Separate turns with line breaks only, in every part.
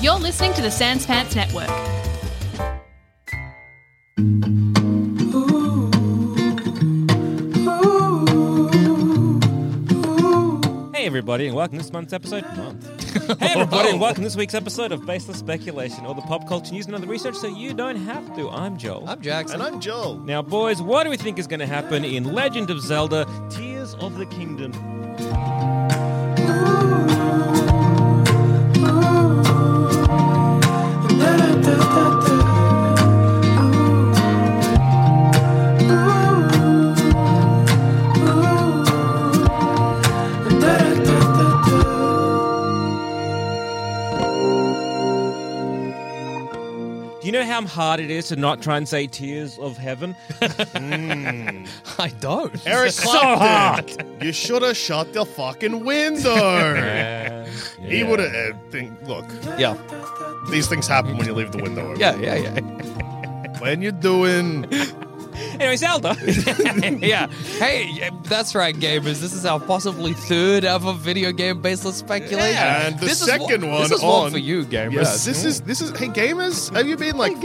You're listening to the Sans Pants Network.
Hey everybody, and welcome to this month's episode. Month. hey everybody,
Oh.
and welcome to this week's episode of Baseless Speculation, all the pop culture news and other research, so you don't have to. I'm Joel.
I'm Jackson.
And I'm Joel.
now, boys, what do we think is going to happen in Legend of Zelda: Tears of the Kingdom? Do you know how hard it is to not try and say Tears of Heaven?
I don't.
Eric
So
Clapton. You should have shut the fucking window. He would have. Uh, think. Look,
Yeah.
these things happen when you leave the window open.
Yeah, yeah, yeah.
When you're doing
Anyway, Zelda.
yeah. Hey, yeah, that's right, gamers. This is our possibly third ever video game baseless speculation.
Yeah, and the
this
second
is
one
This is
on-
one for you, gamers.
Yes, this is this is. Hey, gamers, have you been like?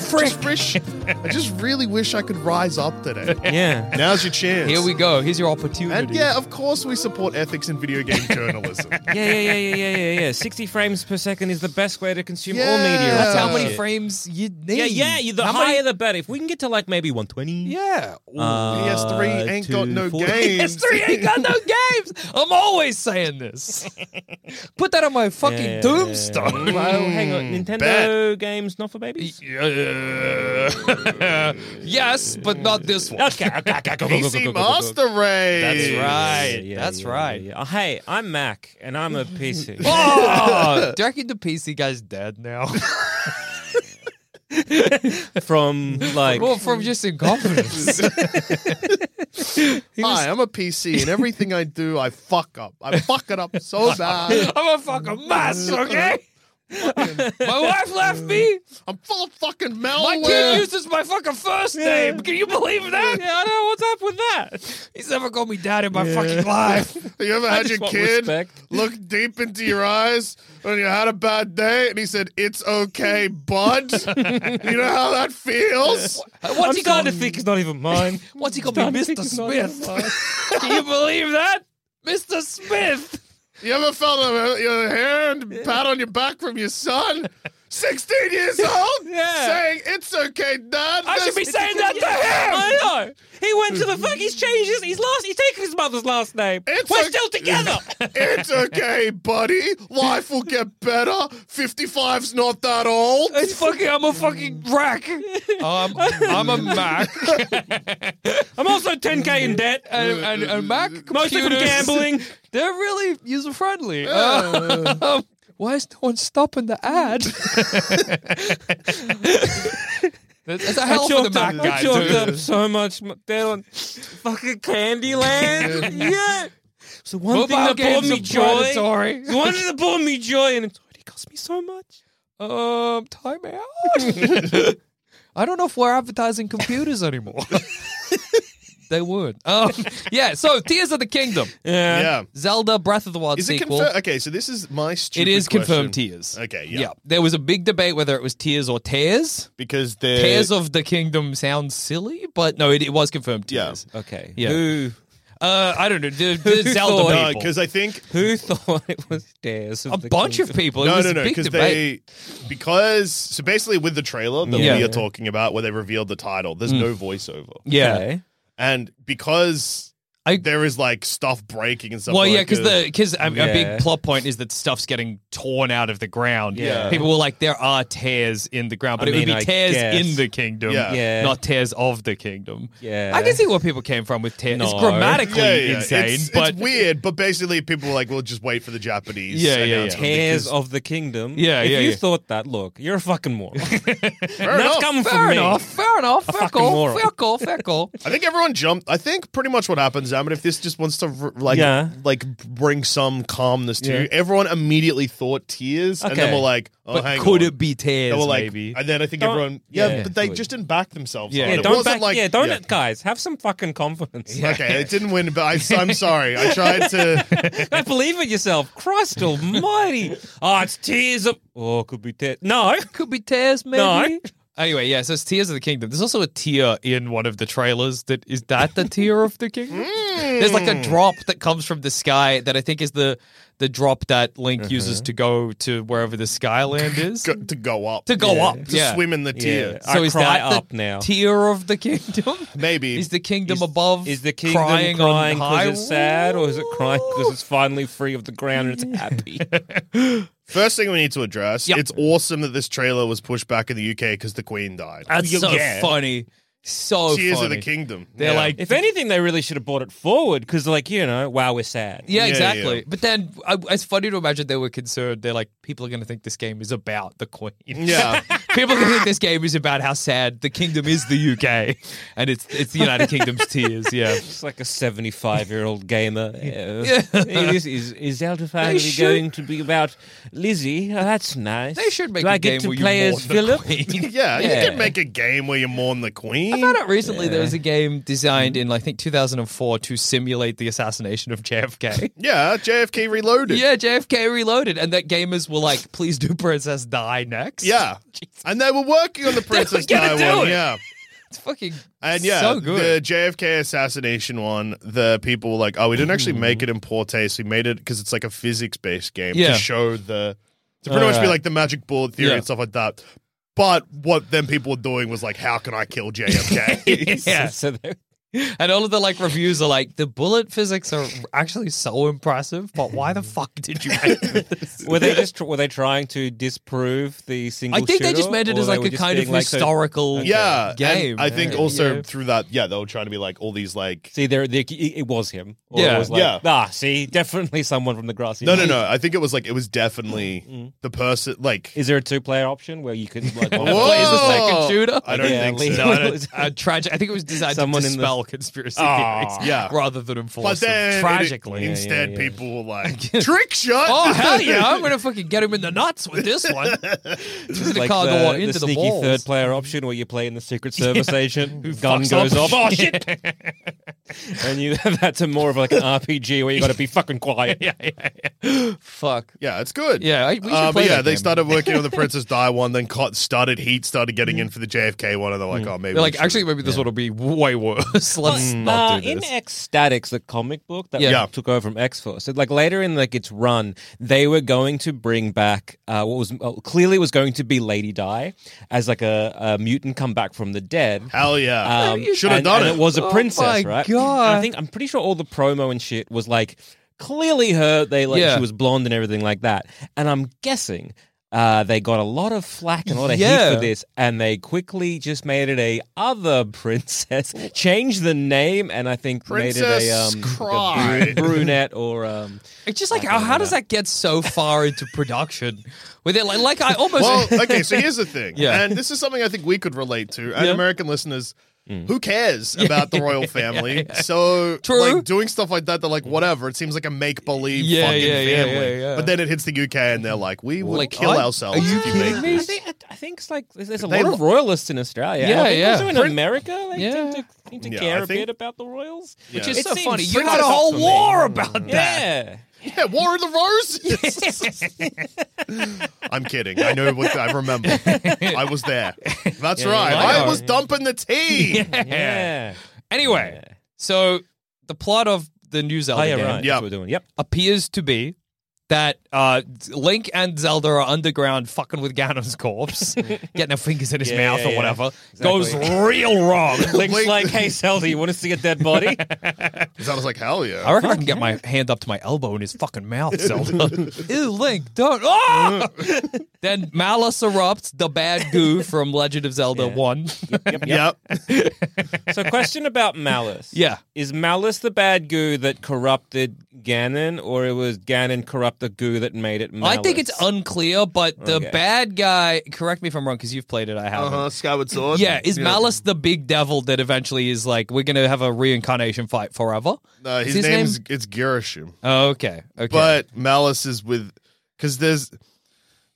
Just wish, I just really wish I could rise up today.
yeah.
Now's your chance.
Here we go. Here's your opportunity.
And yeah, of course we support ethics in video game journalism.
Yeah, yeah, yeah, yeah, yeah, yeah, yeah. 60 frames per second is the best way to consume all
Yeah.
media.
That's how
Uh,
many
shit.
frames you need.
Yeah, yeah, you- the
How
higher
many-
the better. If we can get to like maybe uh, 120.
Yeah. Ooh.
Um,
PS3 ain't
Uh,
got no games.
PS3 ain't got no games. I'm always saying this. Put that on my fucking
Yeah.
tombstone.
Well, hang on. Nintendo
bet.
games not for babies?
Yeah. yes, but not this one.
Okay, okay, okay, go, go, go, go, go,
PC
go, go.
Master Race.
That's right.
Yeah,
That's
yeah,
right.
yeah, yeah. Hey, I'm Mac, and I'm a PC.
Oh, do you reckon the PC guy's dead now?
From like,
well, from just incompetence.
Hi, I'm a PC, and everything I do, I fuck up. I fuck it up so bad.
I'm a fucking mess, okay? my wife left me.
I'm full of fucking
My
malware.
kid uses my fucking first name. Can you believe that? Yeah, I know. What's up with that? He's never called me dad in my fucking life.
Have you ever
just
had your
want
kid
respect.
look deep into your eyes when you had a bad day and he said, It's okay, bud? you know how that feels?
What's
I'm
he called?
starting to think it's not even mine.
What's he called me, Mr. Smith? Can you believe that, Mr. Smith?
You ever felt a, your hand pat on your back from your son? 16 years old?
Yeah.
Saying, It's okay, dad.
I should be
This-
saying that to him.
I know. He went to the fuck. He's changed his. He's lost. He's taken his mother's last name.
It's
We're
a-
still together.
It's okay, buddy. Life will get better. 55's not that old.
It's fucking. I'm a fucking rack. Um, I'm a Mac,
I'm also 10k in debt.
and, and, and Mac computers.
Mostly from gambling.
They're really user friendly. Um, why is no one stopping the ad? That's a hell of
chalked
the Mac
up-
guy,
I chalked
dude.
up so much m- down fucking Candyland. yeah. So one thing
Mobile
that brought
games
me
are
joy. The
predatory.
one thing that brought me joy, and it's already cost me so much.
Um, time out. I don't know if we're advertising computers anymore. they would. Um, yeah. So Tears of the Kingdom,
Yeah.
Yeah.
Zelda Breath of the Wild
Is it
sequel.
confirmed? Okay, so this is my stupid
it is confirmed
question.
Tears.
Okay, yeah.
Yeah. There was a big debate whether it was Tears or Tears.
Because they're.
Tears of the Kingdom sounds silly, but no, it, it was confirmed
Yeah.
Tears.
Okay.
Yeah.
Who
Uh, I don't know. The, the Zelda
thought-
people.
because I think
who thought it was Dares? Of
a
the
bunch
Kingdom?
of people. It
no,
was
no,
a
no,
big
because
debate.
they because so basically with the trailer that
Yeah.
we are talking about, where they revealed the title, there's no voiceover,
Hmm. yeah.
Okay.
and because
I-
there is like stuff breaking and stuff.
Well,
like uh,
yeah, because
it-
the because a, a
Yeah.
big plot point is that stuff's getting torn out of the ground.
Yeah.
people were like, there are tears in the ground, but
I
it would
mean,
be
I
tears
guess.
in the kingdom,
Yeah.
Yeah.
not tears of the kingdom.
Yeah.
I can see where people came from with tears. It's
No.
grammatically
Yeah, yeah,
insane,
it's,
but
it's weird. But basically, people were like, "We'll just wait for the Japanese."
Yeah, yeah,
announcement
Tears
because-
of the Kingdom.
Yeah,
if
yeah,
you
yeah.
thought that, look, you're a fucking moron.
Fair
That's
enough.
coming
fair
from me.
enough, fair enough, fair
fucking
call,
moron.
fair call, fair call.
I think everyone jumped. I think pretty much what happens examine if this just wants to r- like
Yeah.
like bring some calmness to
Yeah.
you. Everyone immediately thought tears, and then
Okay.
we're like, oh,
but
hang
could
on.
it be tears?
They were like,
maybe.
and then I think
Don't-
everyone, yeah,
yeah,
but they
good.
just didn't back themselves.
Yeah,
on
Yeah,
it. It
don't
wasn't
back,
like,
yeah, don't guys have some fucking confidence.
Okay, it didn't win, but I, I'm sorry. I tried to.
Don't believe in yourself, Christ Almighty. Oh, it's tears of. Oh, could be tears. No,
could be tears, maybe.
No.
Anyway, yeah, so it's Tears of the Kingdom. There's also a tear in one of the trailers that is that the tear of the kingdom?
Mm.
There's like a drop that comes from the sky that I think is the the drop that Link
Uh-huh.
uses to go to wherever the Skyland is.
go, to go up.
To go up,
To
yeah.
swim in the tear.
Yeah. I cry up
the
now.
tear of the kingdom?
Maybe.
Is the kingdom above
is the kingdom
crying,
crying
on high?
because it's sad, or is it crying because it's finally free of the ground and it's happy?
First thing we need to address
Yep.
it's awesome that this trailer was pushed back in the UK because the Queen died.
That's so
Yeah.
funny. So
Tears
funny.
of the Kingdom.
They're like,
if anything, they really should have brought it forward because, like, you know, wow, we're sad.
Yeah,
Yeah,
exactly.
yeah.
But then I, it's funny to imagine they were concerned. They're like, people are going to think this game is about the Queen.
Yeah.
people are going to think this game is about how sad the kingdom is, the UK, and it's it's the United Kingdom's tears. Yeah.
It's like a 75 year old gamer. Yeah.
Yeah.
Hey, this is, is Zelda finally
should-
going to be about Lizzie? Oh, that's nice.
They should make
Do
a
I
game
get to
where you
play
mourn
as
the
Philip?
yeah,
Yeah.
you can make a game where you mourn the Queen.
I found out recently there was a game designed in, I think, 2004 to simulate the assassination of JFK.
yeah, JFK Reloaded.
yeah, JFK Reloaded, and that gamers were like, "Please do Princess Die next."
Yeah. And they were working on the Princess Di
gonna do
one.
it.
Yeah.
it's fucking
And yeah,
so
the
good.
JFK assassination one, the people were like, "Oh, we didn't actually make it in poor taste. We made it because it's like a physics-based game
Mm. Yeah.
to show the to pretty much be
Alright.
like the magic bullet theory
Yeah.
and stuff like that." But what then people were doing was like, "How can I kill JFK?"
yeah.
So they-
And all of the like reviews are like, the bullet physics are actually so impressive, but why the fuck did you make this?
were they just were they trying to disprove the single?
I think they just
shooter,
made it
or
as
they
like
were
a
just
kind of
being like, so-
historical
yeah, and
game.
I think
Yeah.
also
Yeah.
through that, yeah, they were trying to be like all these like.
See, there, there, it was him. Or
Yeah,
it was like,
yeah.
Ah, see, definitely someone from the grassy.
No, no,
knoll."
no. I think it was like it was definitely the person like.
Mm, Is there a two-player option where you could like one
Whoa!
plays
Plays the second shooter.
I don't
Yeah,
think
Lee-
so.
No, I don't- a tragic. I think it was designed
Someone
to
in the-
dispel conspiracy
Aw.
theories,
Ah, Yeah.
rather than enforce
But
them
then
tragically.
it- instead,
yeah, yeah.
people were like, "Trick shot!"
oh hell yeah! I'm gonna fucking get him in the nuts with this one. He's gonna
like
car
the,
go
the
into the,
sneaky
walls.
third player option where you play in the secret service agent, gun
Fucks
goes off,
up.
oh shit, and you that's a more of like an RPG where you got to be fucking quiet.
yeah, yeah, yeah. Fuck.
Yeah, it's good.
Yeah, I- we should
Uh,
play
but yeah,
that
they
game.
started working on the Princess Di one, then caught, started Heat, started getting in for the JFK one, and they're like, oh, maybe.
Mm. They're
we
like,
shouldn't.
actually, maybe this one will be way worse. Let's
Uh,
Mm, not do
in
this.
Ecstatics, the comic book that
Yeah.
Yeah.
took over from X Force, so like later in like its run, they were going to bring back uh, what was uh, clearly was going to be Lady Di as like a, a mutant come back from the dead.
hell yeah,
Um,
should have
and-
done
and
it.
It was a
Oh
princess,
my
right?
God.
And I think I'm pretty sure all the promo and shit was like clearly her. They like
Yeah.
she was blonde and everything like that. And I'm guessing uh, they got a lot of flack and a lot of heat
Yeah.
for this, and they quickly just made it a other princess, changed the name, and I think made it a,
Princess
um, like a
Cry.
bru- brunette or um,
It's just like how, how does that get so far into production? With it, like, like I almost
well, okay, so here's the thing,
Yeah.
and this is something I think we could relate to, and
Yeah. Mm.
American listeners. Who cares about the royal family? So,
True.
like doing stuff like that, they're like, whatever. It seems like a make believe
Yeah,
fucking
yeah, yeah,
family.
yeah, yeah.
But then it hits the UK, and they're like, we will
Like,
kill
I-
ourselves.
are you
if you
kidding
make
me?
this.
I think, I think it's like there's a
They
lot of
lo-
royalists in Australia. and
Yeah,
I think
yeah.
Also in America, they
Yeah.
tend to, seem to
Yeah,
care
I
a
think-
bit about the royals.
Yeah.
which is
It
so
seems
funny. You
pretty
had a
tough
whole
for me.
war about that.
Yeah.
Yeah, War of the Roses. I'm kidding. I know what I remember. I was there. That's
Yeah,
right.
yeah,
I
I,
know.
was dumping the tea.
Yeah.
Anyway, so the plot of the new Zelda
Oh, yeah,
game
right.
Yeah.
That's what we're doing. Yep.
appears to be that uh, Link and Zelda are underground fucking with Ganon's corpse, getting their fingers in his
Yeah,
mouth
yeah,
or
yeah.
whatever.
Exactly.
Goes real wrong.
Link's
Link-
like, hey, Zelda, you want to see a dead body?
So I was like, hell yeah.
I reckon I can get my hand up to my elbow in his fucking mouth, Zelda. Ew, Link, don't. Ah! then Malice erupts, the bad goo from Legend of Zelda
Yeah.
1.
Yep.
so, question about Malice.
yeah.
Is Malice the bad goo that corrupted Ganon, or it was Ganon corrupted up the goo that made it.
I think it's
malice?
unclear, but the
Okay.
bad guy. Correct me if I'm wrong, because you've played it. I
Uh
haven't.
huh. Skyward Sword.
Yeah, is Malice the big devil that eventually is like we're gonna have a reincarnation fight forever?
No, Uh, his,
Is his
name's
name-
it's Girishim.
Oh, okay, okay.
But Malice is with because there's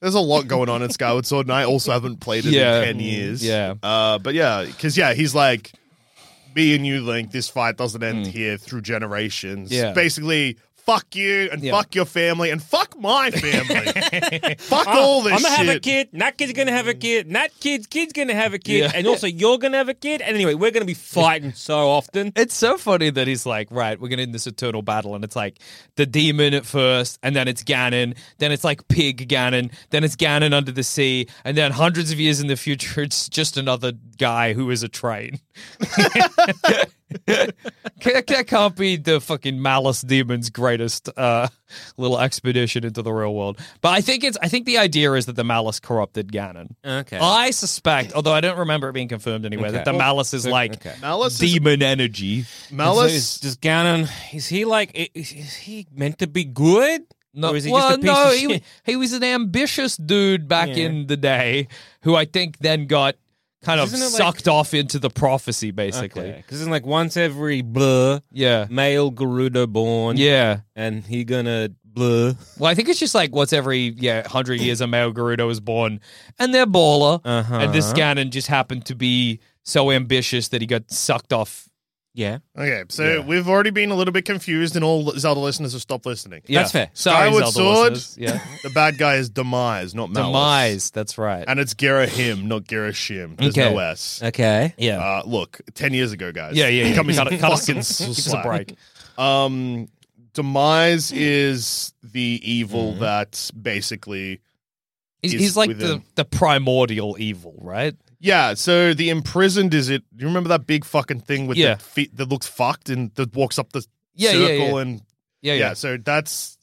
there's a lot going on in Skyward Sword, and I also haven't played it
Yeah.
in ten years.
Yeah.
Uh, but yeah, because yeah, he's like me and you, Link. This fight doesn't end here through generations.
Hmm. Yeah.
Basically, fuck you and
Yeah.
fuck your family and fuck my family. fuck
Oh,
all this
I'm gonna
shit.
have a kid. That kid's gonna have a kid. That kid's kid's gonna have a kid,
Yeah.
and also you're gonna have a kid. And anyway, we're gonna be fighting so often.
it's so funny that he's like, right, we're gonna end this eternal battle, and it's like the demon at first, and then it's Ganon, then it's like pig Ganon, then it's Ganon under the sea, and then hundreds of years in the future, it's just another guy who is a train. that, that can't be the fucking malice demon's greatest uh, little expedition into the real world. But I think it's I think the idea is that the malice corrupted Ganon.
Okay.
I suspect, although I don't remember it being confirmed anywhere,
Okay.
that the malice is like
okay.
Malice is-
demon energy.
Malice.
does Ganon is he like i- is, is he meant to be good? or is he just
well,
a piece
no,
of
he,
shit?
wa- he was an ambitious dude back
Yeah.
in the day who I think then got kind of
Isn't it like-
sucked off into the prophecy, basically.
because it's like once every blah
Yeah.
male Gerudo born,
Yeah.
and he gonna blah.
Well, I think it's just like what's every yeah hundred years a male Gerudo is born, and they're baller,
Uh-huh.
and this Ganon just happened to be so ambitious that he got sucked off.
Yeah,
Okay, so we've already been a little bit confused, and all Zelda listeners have stopped listening.
Yeah.
That's fair.
Sorry,
Skyward
Zelda
Sword.
listeners. Yeah.
The bad guy is Demise, not Malice.
Demise. That's right.
And it's Gerahim, not Gerashim. There's
Okay.
no S.
okay.
yeah.
Uh, look, 10 years ago, guys.
yeah. Yeah. Yeah.
Companies
Cut it- cut us-
fucking
give us a
slack.
break.
Um, Demise is the
Mm-hmm.
evil that basically.
He's,
is
he's like the,
within.
the primordial evil, right?
Yeah, so the imprisoned is it. You remember that big fucking thing with
Yeah.
the feet that looks fucked and that walks up the
Yeah, yeah,
circle
yeah.
and
Yeah,
yeah,
yeah.
so that's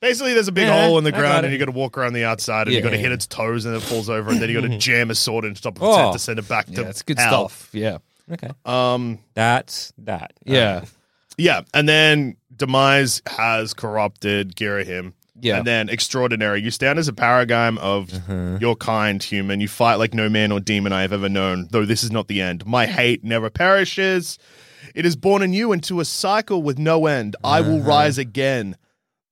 basically there's a big
Yeah,
hole in the
I got
ground
it.
and you got to walk around the outside and
Yeah. Mm-hmm.
you got to hit its toes and it falls over and then you got to jam a sword into the top of
Oh.
its head to send it back to
Yeah, it's good
hell.
stuff. Yeah.
Okay,
Um,
that's that.
Uh,
Yeah.
yeah, and then demise has corrupted Girahim.
Yeah.
and then extraordinary. You stand as a paradigm of
Uh-huh.
your kind human. You fight like no man or demon I have ever known. Though this is not the end. My hate never perishes. It is born anew into a cycle with no end. I will rise again.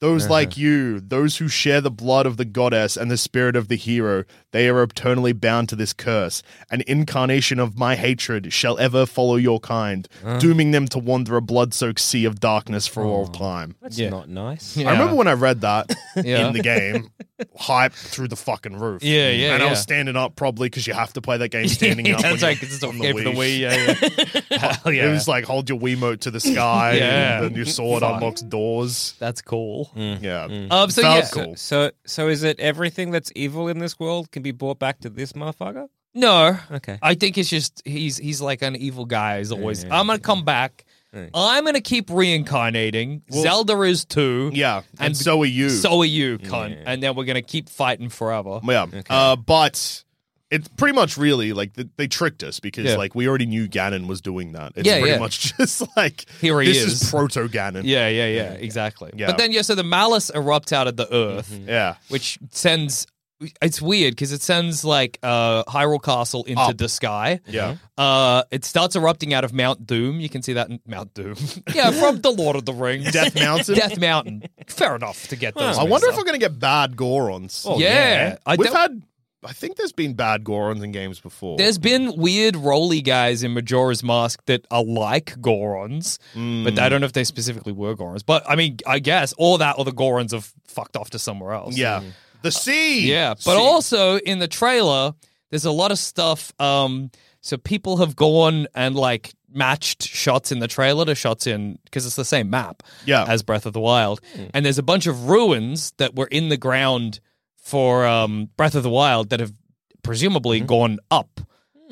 Those like you, those who share the blood of the goddess and the spirit of the hero, they are eternally bound to this curse. An incarnation of my hatred shall ever follow your kind, dooming them to wander a blood soaked sea of darkness for all time.
That's
Yeah.
not nice.
Yeah.
I remember when I read that
Yeah.
in the game, hype through the fucking roof. Mm.
Yeah, yeah,
And I was
yeah.
standing up probably because you have to play that game standing up. when
That's right,
you're
because it's a
on
game for the Wii. Yeah, yeah. Hell
It
yeah.
was like hold your Wiimote to the sky,
Yeah.
and then your sword
Fuck.
unlocks doors.
That's cool.
Yeah,
Um, so
Mm. Felt
yeah,
cool.
So, so is it everything that's evil in this world can be brought back to this motherfucker?
no,
Okay.
I think it's just he's he's like an evil guy. He's always
Yeah.
I'm gonna come back. I'm gonna keep reincarnating. Zelda is too.
yeah, and,
And
so are you.
So are you, cunt. And then we're gonna keep fighting forever.
yeah, uh, but it's pretty much really like th- they tricked us because
Yeah.
like we already knew Ganon was doing that. It's
Yeah,
pretty
yeah.
much just like
Here he
this is,
is.
proto Ganon.
Yeah, yeah, yeah, exactly.
Yeah. Mm-hmm.
But then yeah, so the malice erupts out of the earth,
yeah.
which sends. It's weird because it sends like uh, Hyrule Castle into
Up.
the sky.
Yeah.
Uh, it starts erupting out of Mount Doom. You can see that in Mount Doom. yeah, from the Lord of the Rings.
Death Mountain.
Death Mountain. Fair enough to get those.
I wonder if
mixed
we're
up.
gonna get bad Gorons.
Oh,
yeah,
yeah.
I
We've
don't-
had. I think there's been bad Gorons in games before.
There's been weird roly guys in Majora's Mask that are like Gorons, but
Hmm.
I don't know if they specifically were Gorons. But I mean, I guess all that or the Gorons have fucked off to somewhere else.
yeah the sea.
Uh, Yeah, but
Sea.
also in the trailer, there's a lot of stuff. Um, so people have gone and like matched shots in the trailer to shots in because it's the same map.
Yeah.
as Breath of the Wild, and there's a bunch of ruins that were in the ground for um, Breath of the Wild that have presumably gone up.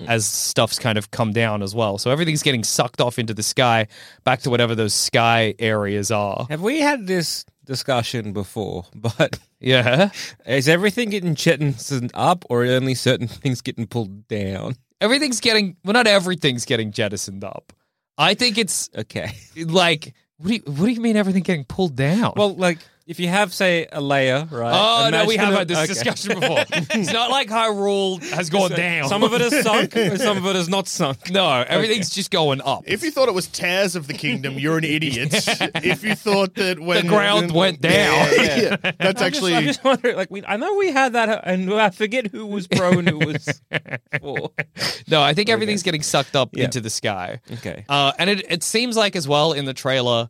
As stuff's kind of come down as well, so everything's getting sucked off into the sky, back to whatever those sky areas are.
Have we had this discussion before? But
Yeah,
is everything getting jettisoned up, or are only certain things getting pulled down?
everything's getting well not everything's getting jettisoned up i think it's
Okay.
like what do you, what do you mean everything getting pulled down
Well, like If you have, say, a layer, right?
Oh no,
imagine
we have
a-
had this
okay.
discussion before. it's not like Hyrule has gone down.
Some of it is sunk, some of it is not sunk.
no, everything's just going up.
If you thought it was tears of the kingdom, you're an idiot. if you thought that when
ground went down.
Yeah, yeah, yeah. that's
I'm just-
actually
I'm just wondering. Like, we, I know we had that, and I forget who was pro and who was for.
no, I think everything's getting sucked up
Yeah.
into the sky.
Okay,
Uh, and it, it seems like as well in the trailer,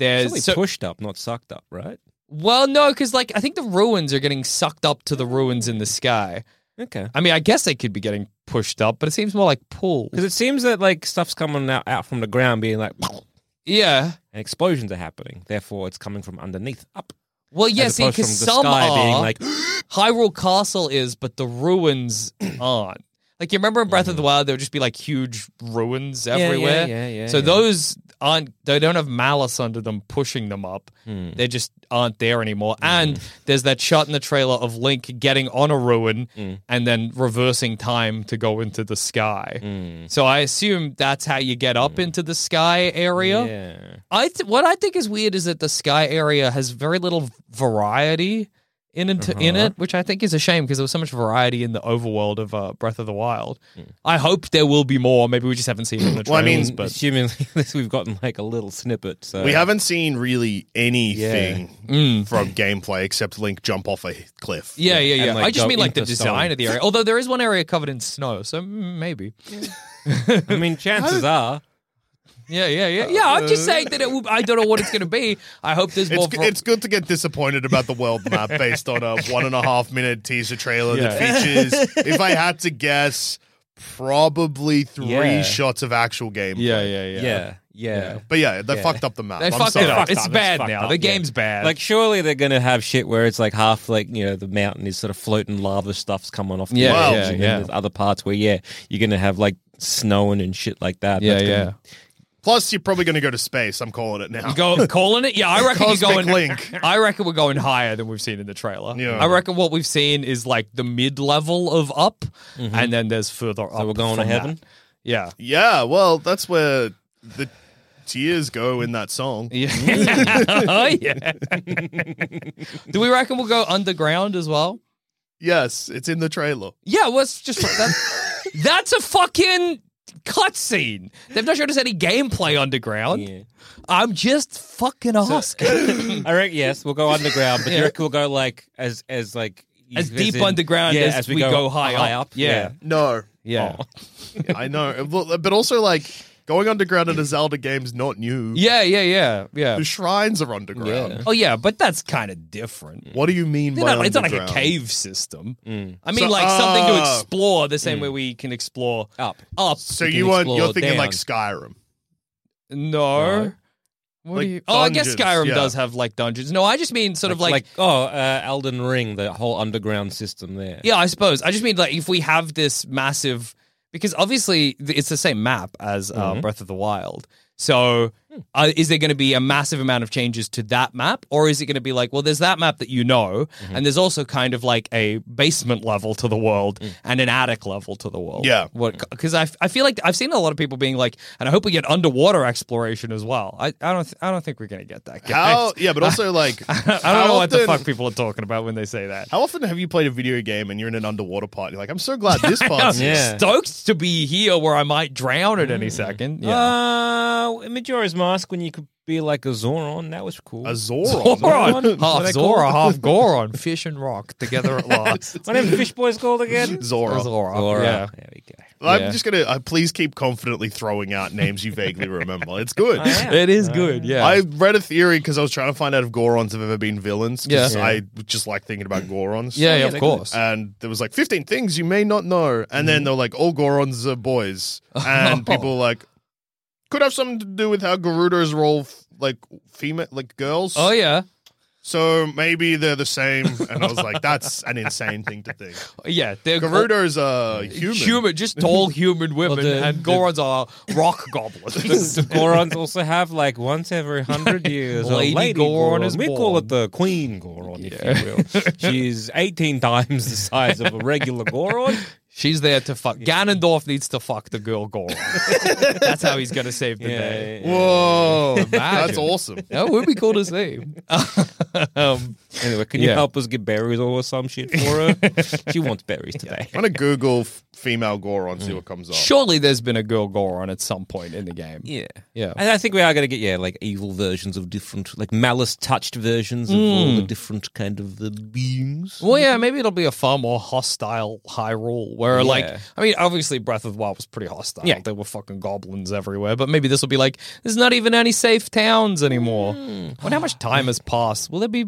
Surely
there's so,
pushed up, not sucked up, right?
well, no, because like I think the ruins are getting sucked up to the ruins in the sky.
Okay,
I mean, I guess they could be getting pushed up, but it seems more like pulled.
because it seems that like stuff's coming out, out from the ground, being like, and
Yeah.
explosions are happening. Therefore, it's coming from underneath up.
Well, yeah,
as
see,
opposed
because
from the
some
sky
are
being like,
Hyrule Castle is, but the ruins aren't. Like you remember in Breath of the Wild, there would just be like huge ruins
Mm-hmm. yeah,
everywhere.
yeah, yeah,
so
yeah.
those aren't. They don't have malice under them pushing them up.
Hmm.
They just aren't there anymore. And there's that shot in the trailer of Link getting on a ruin
Hmm.
and then reversing time to go into the sky.
Hmm.
So I assume that's how you get up into the sky area.
yeah.
I th- what I think is weird is that the sky area has very little variety in it, in it, which I think is a shame because there was so much variety in the overworld of uh, Breath of the Wild. I hope there will be more. Maybe we just haven't seen it in the trailers.
Well, I mean,
but
assuming this, we've gotten like a little snippet. So
we haven't seen really anything
Mm.
from gameplay except Link jump off a cliff.
yeah, yeah, yeah.
and, like,
I just
go
mean like the
into
design
stone.
of the area. Although there is one area covered in snow, so mm, maybe.
I mean, chances are.
Yeah, yeah, yeah, yeah. I'm just saying that it. Will, I don't know what it's going to be. I hope there's more.
It's, g-
var-
it's good to get disappointed about the world map based on a one and a half minute teaser trailer that features, if I had to guess, probably three
Yeah.
shots of actual gameplay.
yeah, yeah, yeah.
Yeah, yeah.
But yeah, they fucked up the map.
They
I'm
fucked
sorry.
it up.
Fucked
It's
up. It's
bad
fucked
now.
up,
The
yeah.
game's bad.
Like, surely they're gonna have shit where it's like half, like you know, the mountain is sort of floating, lava stuff's coming off. The
Yeah,
edge,
yeah,
and then
yeah.
There's other parts where, yeah, you're gonna have like snowing and shit like that.
yeah,
That's
yeah.
gonna-
Plus, you're probably going to go to space. I'm calling it now.
You go calling it? Yeah, I reckon you're
Cosmic
going.
Link.
I reckon we're going higher than we've seen in the trailer.
Yeah.
I reckon what we've seen is like the mid level of up, and then there's further up.
Mm-hmm. we're going to
from
heaven?
that. Yeah.
Yeah, well, that's where the tears go in that song.
Yeah. oh
Mm.
yeah. Do we reckon we'll go underground as well?
Yes, it's in the trailer.
Yeah. Let's just. That's, that's a fucking cutscene. They've not showed us any gameplay underground.
Yeah.
I'm just fucking asking.
I reckon yes, we'll go underground, but
Yeah.
you reckon we'll go like as as like
As
in-
deep underground as we go high up. Yeah.
No.
yeah.
Oh.
I know. Well, But also, like, going underground in a Zelda game's not new.
Yeah. Yeah. Yeah. Yeah.
The shrines are underground.
Oh yeah, but that's kind of
Mm.
different.
What do you mean
They're
by
not- it's not like a
underground?
cave system. I mean,
So-
like something to
Ah.
explore the same way we can explore
Up.
up.
So
You
you
can
want you're
explore
thinking like
down.
Skyrim.
No.
No.
What
Like
do you, oh, I guess
dungeons,
Skyrim
yeah.
does have like dungeons. No, I just mean sort of like,
like oh, uh, Elden Ring, the whole underground system there.
yeah, I suppose. I just mean like if we have this massive because obviously th- it's the same map as uh,
Mm-hmm.
Breath of the Wild. So
Hmm.
uh, is there going to be a massive amount of changes to that map or is it going to be like well there's that map that you know
Mm-hmm.
and there's also kind of like a basement level to the world and an attic level to the world.
Hmm. Yeah. Hmm.
What cuz I, f- I feel like I've seen a lot of people being like and I hope we get underwater exploration as well. I, I don't th- I don't think we're going to get that. Guys.
How? Yeah, but also like I
I don't know what the fuck people are talking about when they say that.
How often have you played a video game and you're in an underwater part? You're like, I'm so glad this part's
Yeah.
stoked to be here where I might drown at any second. Yeah.
Uh, in Majora's Mask when you could be like a Zoron, that was cool.
a Zoron.
Zoron,
What
half
are they called?
Zora, half Goron, fish and rock together at last.
My name Fish Boy's called again.
Zora.
Zora,
Zora.
yeah.
There we go.
I'm
Yeah.
just gonna uh, please keep confidently throwing out names you vaguely remember. It's good.
I am.
It is good, yeah.
I read a theory because I was trying to find out if Gorons have ever been villains. 'cause
Yeah.
I just like thinking about Gorons.
yeah, yeah,
yeah,
of
they're
course.
And there was like 15 things you may not know. And
Mm-hmm.
then they were like, all Gorons are boys.
Oh.
And people were like, could have something to do with how Garudas roll f- like female, like girls.
oh yeah,
So maybe they're the same. And I was like, that's an insane thing to think.
Oh, yeah. They're
Garudas are
all-
human.
human, just tall human women,
the-
and Gorons are rock goblins.
The Gorons also have like once every hundred years. a
Lady
lady
Goron
Goron,
is
we
born.
call it the Queen Goron, if you will. She's eighteen times the size of a regular Goron.
She's there to fuck. Ganondorf needs to fuck the girl Goro. That's how he's going to save the day.
Whoa, that's
Imagine.
awesome.
That would Oh, be cool to see. um,
Anyway, can you
Yeah.
help us get berries or some shit for her? she wants berries today.
I'm gonna Google f- female gore and see
Mm.
what comes up.
surely there's been a girl Goron at some point in the game.
Yeah.
Yeah.
And I think we are going to get, yeah, like evil versions of different, like malice touched versions of
Hmm.
all the different kind of the beings.
Well, yeah, maybe it'll be a far more hostile Hyrule, where like,
Yeah.
I mean, obviously Breath of the Wild was pretty hostile.
Yeah.
there were fucking goblins everywhere. But maybe this will be like, there's not even any safe towns anymore. I wonder how much time has passed. Will there be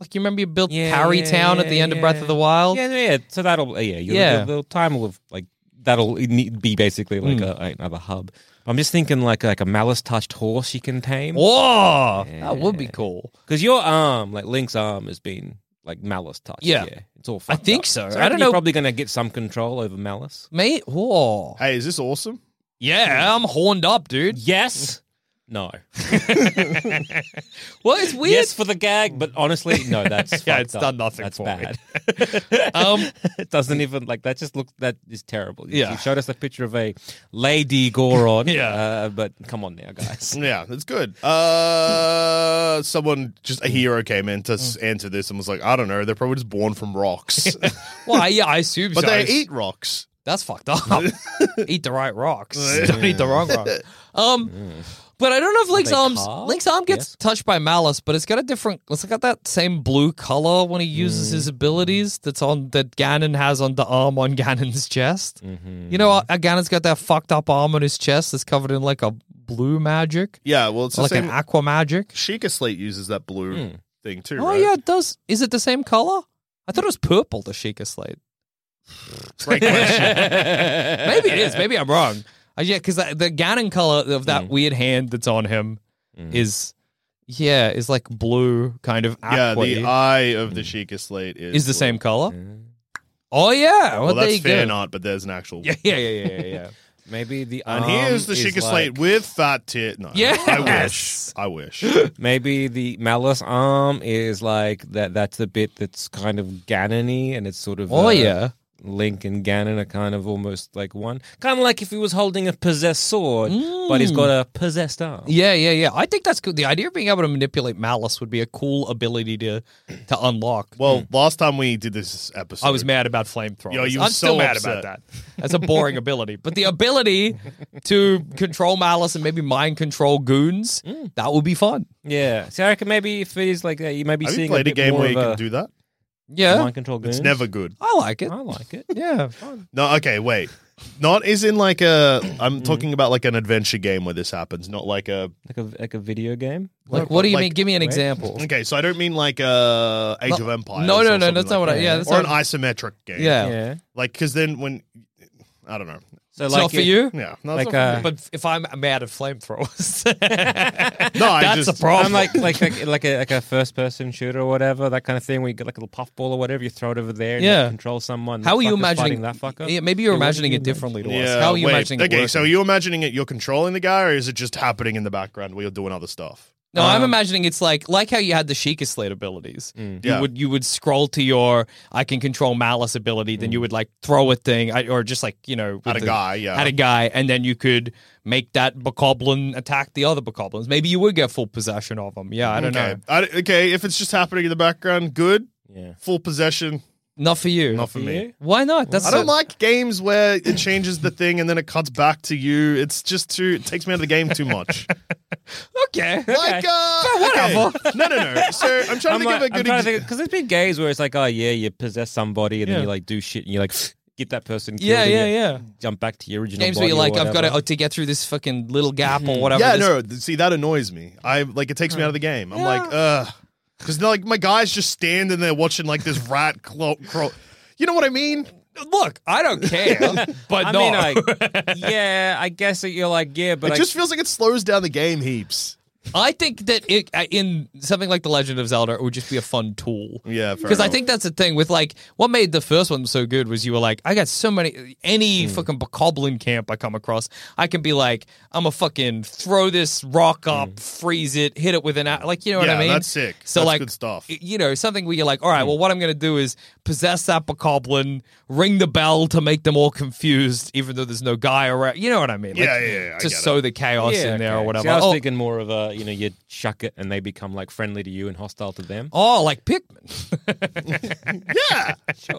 like you remember you built
Yeah,
Parry
yeah,
Town at
yeah,
the end
yeah.
of Breath of the Wild?
Yeah, yeah. So that'll, uh, yeah, you'll,
Yeah. Hmm.
The, the time will have, like, that'll need- be basically like a, another hub. I'm just thinking like like a malice touched horse you can tame.
Whoa, that would be cool.
Because your arm, like Link's arm, has been like malice touched. Yeah,
Yeah.
it's all. fucked
think
up.
so. I
reckon
don't
you're
know-
Probably going to get some control over malice.
Mate, whoa.
Hey, is this awesome?
Yeah, I'm horned up, dude.
Yes. No.
Well, it's weird.
Yes for the gag, but honestly, no. That's
Yeah,
fucked
it's
up.
done nothing
That's
for me.
bad.
Um,
it doesn't even like that. Just looks that is terrible. You-
Yeah.
you showed us a picture of a lady Goron.
Yeah.
uh, but come on now, guys.
Yeah, that's good. Uh, someone just a hero came in to s-
Mm.
answer this and was like, I don't know, they're probably just born from rocks,
well, yeah, I assume
but
so.
they
It's-
eat rocks.
That's fucked up. eat the right rocks. Don't eat the wrong rocks. Um, but I don't know if Link's
they
arms
carved?
Link's arm gets
Yes.
touched by Malice, but it's got a different. It's got that same blue color when he uses his
Mm.
abilities. That's on that Ganon has on the arm on Ganon's chest.
Mm-hmm.
You know, uh,
Mm.
Ganon's got that fucked up arm on his chest that's covered in like a blue magic,
Yeah, well, it's the
like
same.
an aqua magic.
Sheikah Slate uses that blue thing too.
Oh
right?
yeah, it does. Is it the same color? I thought it was purple. The Sheikah Slate.
Great question.
Maybe it is. Maybe I'm wrong. Uh, yeah, because the Ganon color of
Mm.
that weird hand that's on him is, yeah, is like blue, kind of
yeah,
aqua. Hmm.
the eye of the Sheikah Slate is
is the
blue.
same color. Oh yeah, well,
Well,
there
that's
you
fan
go.
art, but there's an actual.
Yeah, yeah, yeah, yeah, yeah.
Maybe the
And
arm
here's the
is
Sheikah
like-
Slate with fat tit. No,
Yes!
I wish. I wish.
Maybe the malice arm is like that. That's the bit that's kind of Ganony, and it's sort of
oh
uh,
yeah.
Link and Ganon are kind of almost like one, kind of like if he was holding a possessed sword, but he's got a possessed arm.
Yeah, yeah, yeah. I think that's cool. The idea of being able to manipulate malice would be a cool ability to to unlock.
Well, last time we did this episode,
Hmm. I was mad about flamethrowers.
Yo, you were
I'm
so
still mad
upset.
about that. That's a boring ability. But the ability to control malice and maybe mind control goons,
Mm.
that would be fun.
Yeah. So I reckon maybe if it is like that, you may be
Have you
seeing
played a,
bit
game
more
where you
of
can
a
do that?
Yeah.
mind control. Goons.
It's never good.
I like it.
I like it.
Yeah.
No, okay, wait. Not is in like a. I'm
Mm-hmm.
talking about like an adventure game where this happens, not like a.
Like a like a video game.
Like, what do you
Like-
mean? Give me an example.
Okay, so I don't mean like a Age of Empires.
no,
or
no, no,
something like
that's not what I-
that.
yeah, that's
or
not-
an isometric game.
Yeah.
Yeah.
like because then when I don't know.
So
It's not for you.
Yeah, no,
Like,
it's not for
uh,
me.
But if I'm mad at flamethrowers,
no, I
that's
just,
a problem.
I'm like like like like a, like a first person shooter or whatever that kind of thing. where you get like a little puffball or whatever. You throw it over there. and you
Yeah.
control someone.
how are
The
you
fucker's fighting
imagining
that fucker?
Yeah, maybe you're
Yeah, what
imagining
do
it
you
differently to us.
Yeah,
How are you
wait.
imagining it?
Okay, so
working?
you're imagining it. You're controlling the guy, or is it just happening in the background while you're doing other stuff?
No, I'm imagining it's like like how you had the Sheikah Slate abilities. You
Mm. Yeah.
would you would scroll to your I can control malice ability, then you would like throw a thing I- or just like you know with
At Mm. a
the-
guy, yeah.
at a guy, and then you could make that bokoblin attack the other bokoblins. Maybe you would get full possession of them. Yeah, I don't
okay.
know.
I- okay, if it's just happening in the background, good.
Yeah.
Full possession,
Not for you.
not for me.
you?
Why not? That's
I don't
a-
like games where it changes the thing and then it cuts back to you. It's just too. It takes me out of the game too much.
okay.
Like, uh,
whatever.
okay. No, no, no. So I'm trying
I'm
to
like,
think of a
I'm trying to
good example.
think because there's been games where it's like, oh yeah, you possess somebody and then
Yeah.
you like do shit and you like get that person. Killed
Yeah,
and
yeah,
you
yeah.
Jump back to your original
Games where you're
body
like,
or
I've got to
whatever.
oh, to get through this fucking little gap or whatever.
Mm-hmm. Yeah, no.
this-
th- See, that annoys me. I like it takes me out of the game. I'm like, ugh, because like my guys just standing there watching like this rat crawl. crawl. You know what I mean?
Look, I don't care, but
I
no.
mean, like, yeah, I guess that you're like, yeah, but
it
I
just feels like it slows down the game heaps.
I think that it, uh, in something like The Legend of Zelda, it would just be a fun tool.
Yeah, fair
because I
enough.
think that's the thing with like what made the first one so good was you were like, I got so many
Hmm.
any fucking bokoblin camp I come across, I can be like, I'm a fucking throw this rock up, freeze it, hit it with an a- like you know what
Hmm. Yeah,
I mean?
that's sick.
So
That's
like
good stuff. Hmm.
y- You know something where you're like, all right, well, what I'm gonna do is possess that bokoblin, ring the bell to make them all confused, even though there's no guy around. You know what I mean?
Yeah, yeah, yeah, I
Just
get
sow
it.
the chaos in there or
okay.
whatever.
See, I was
Oh,
thinking more of a, you know, you chuck it and they become like friendly to you and hostile to them.
Oh, like Pikmin.
Yeah.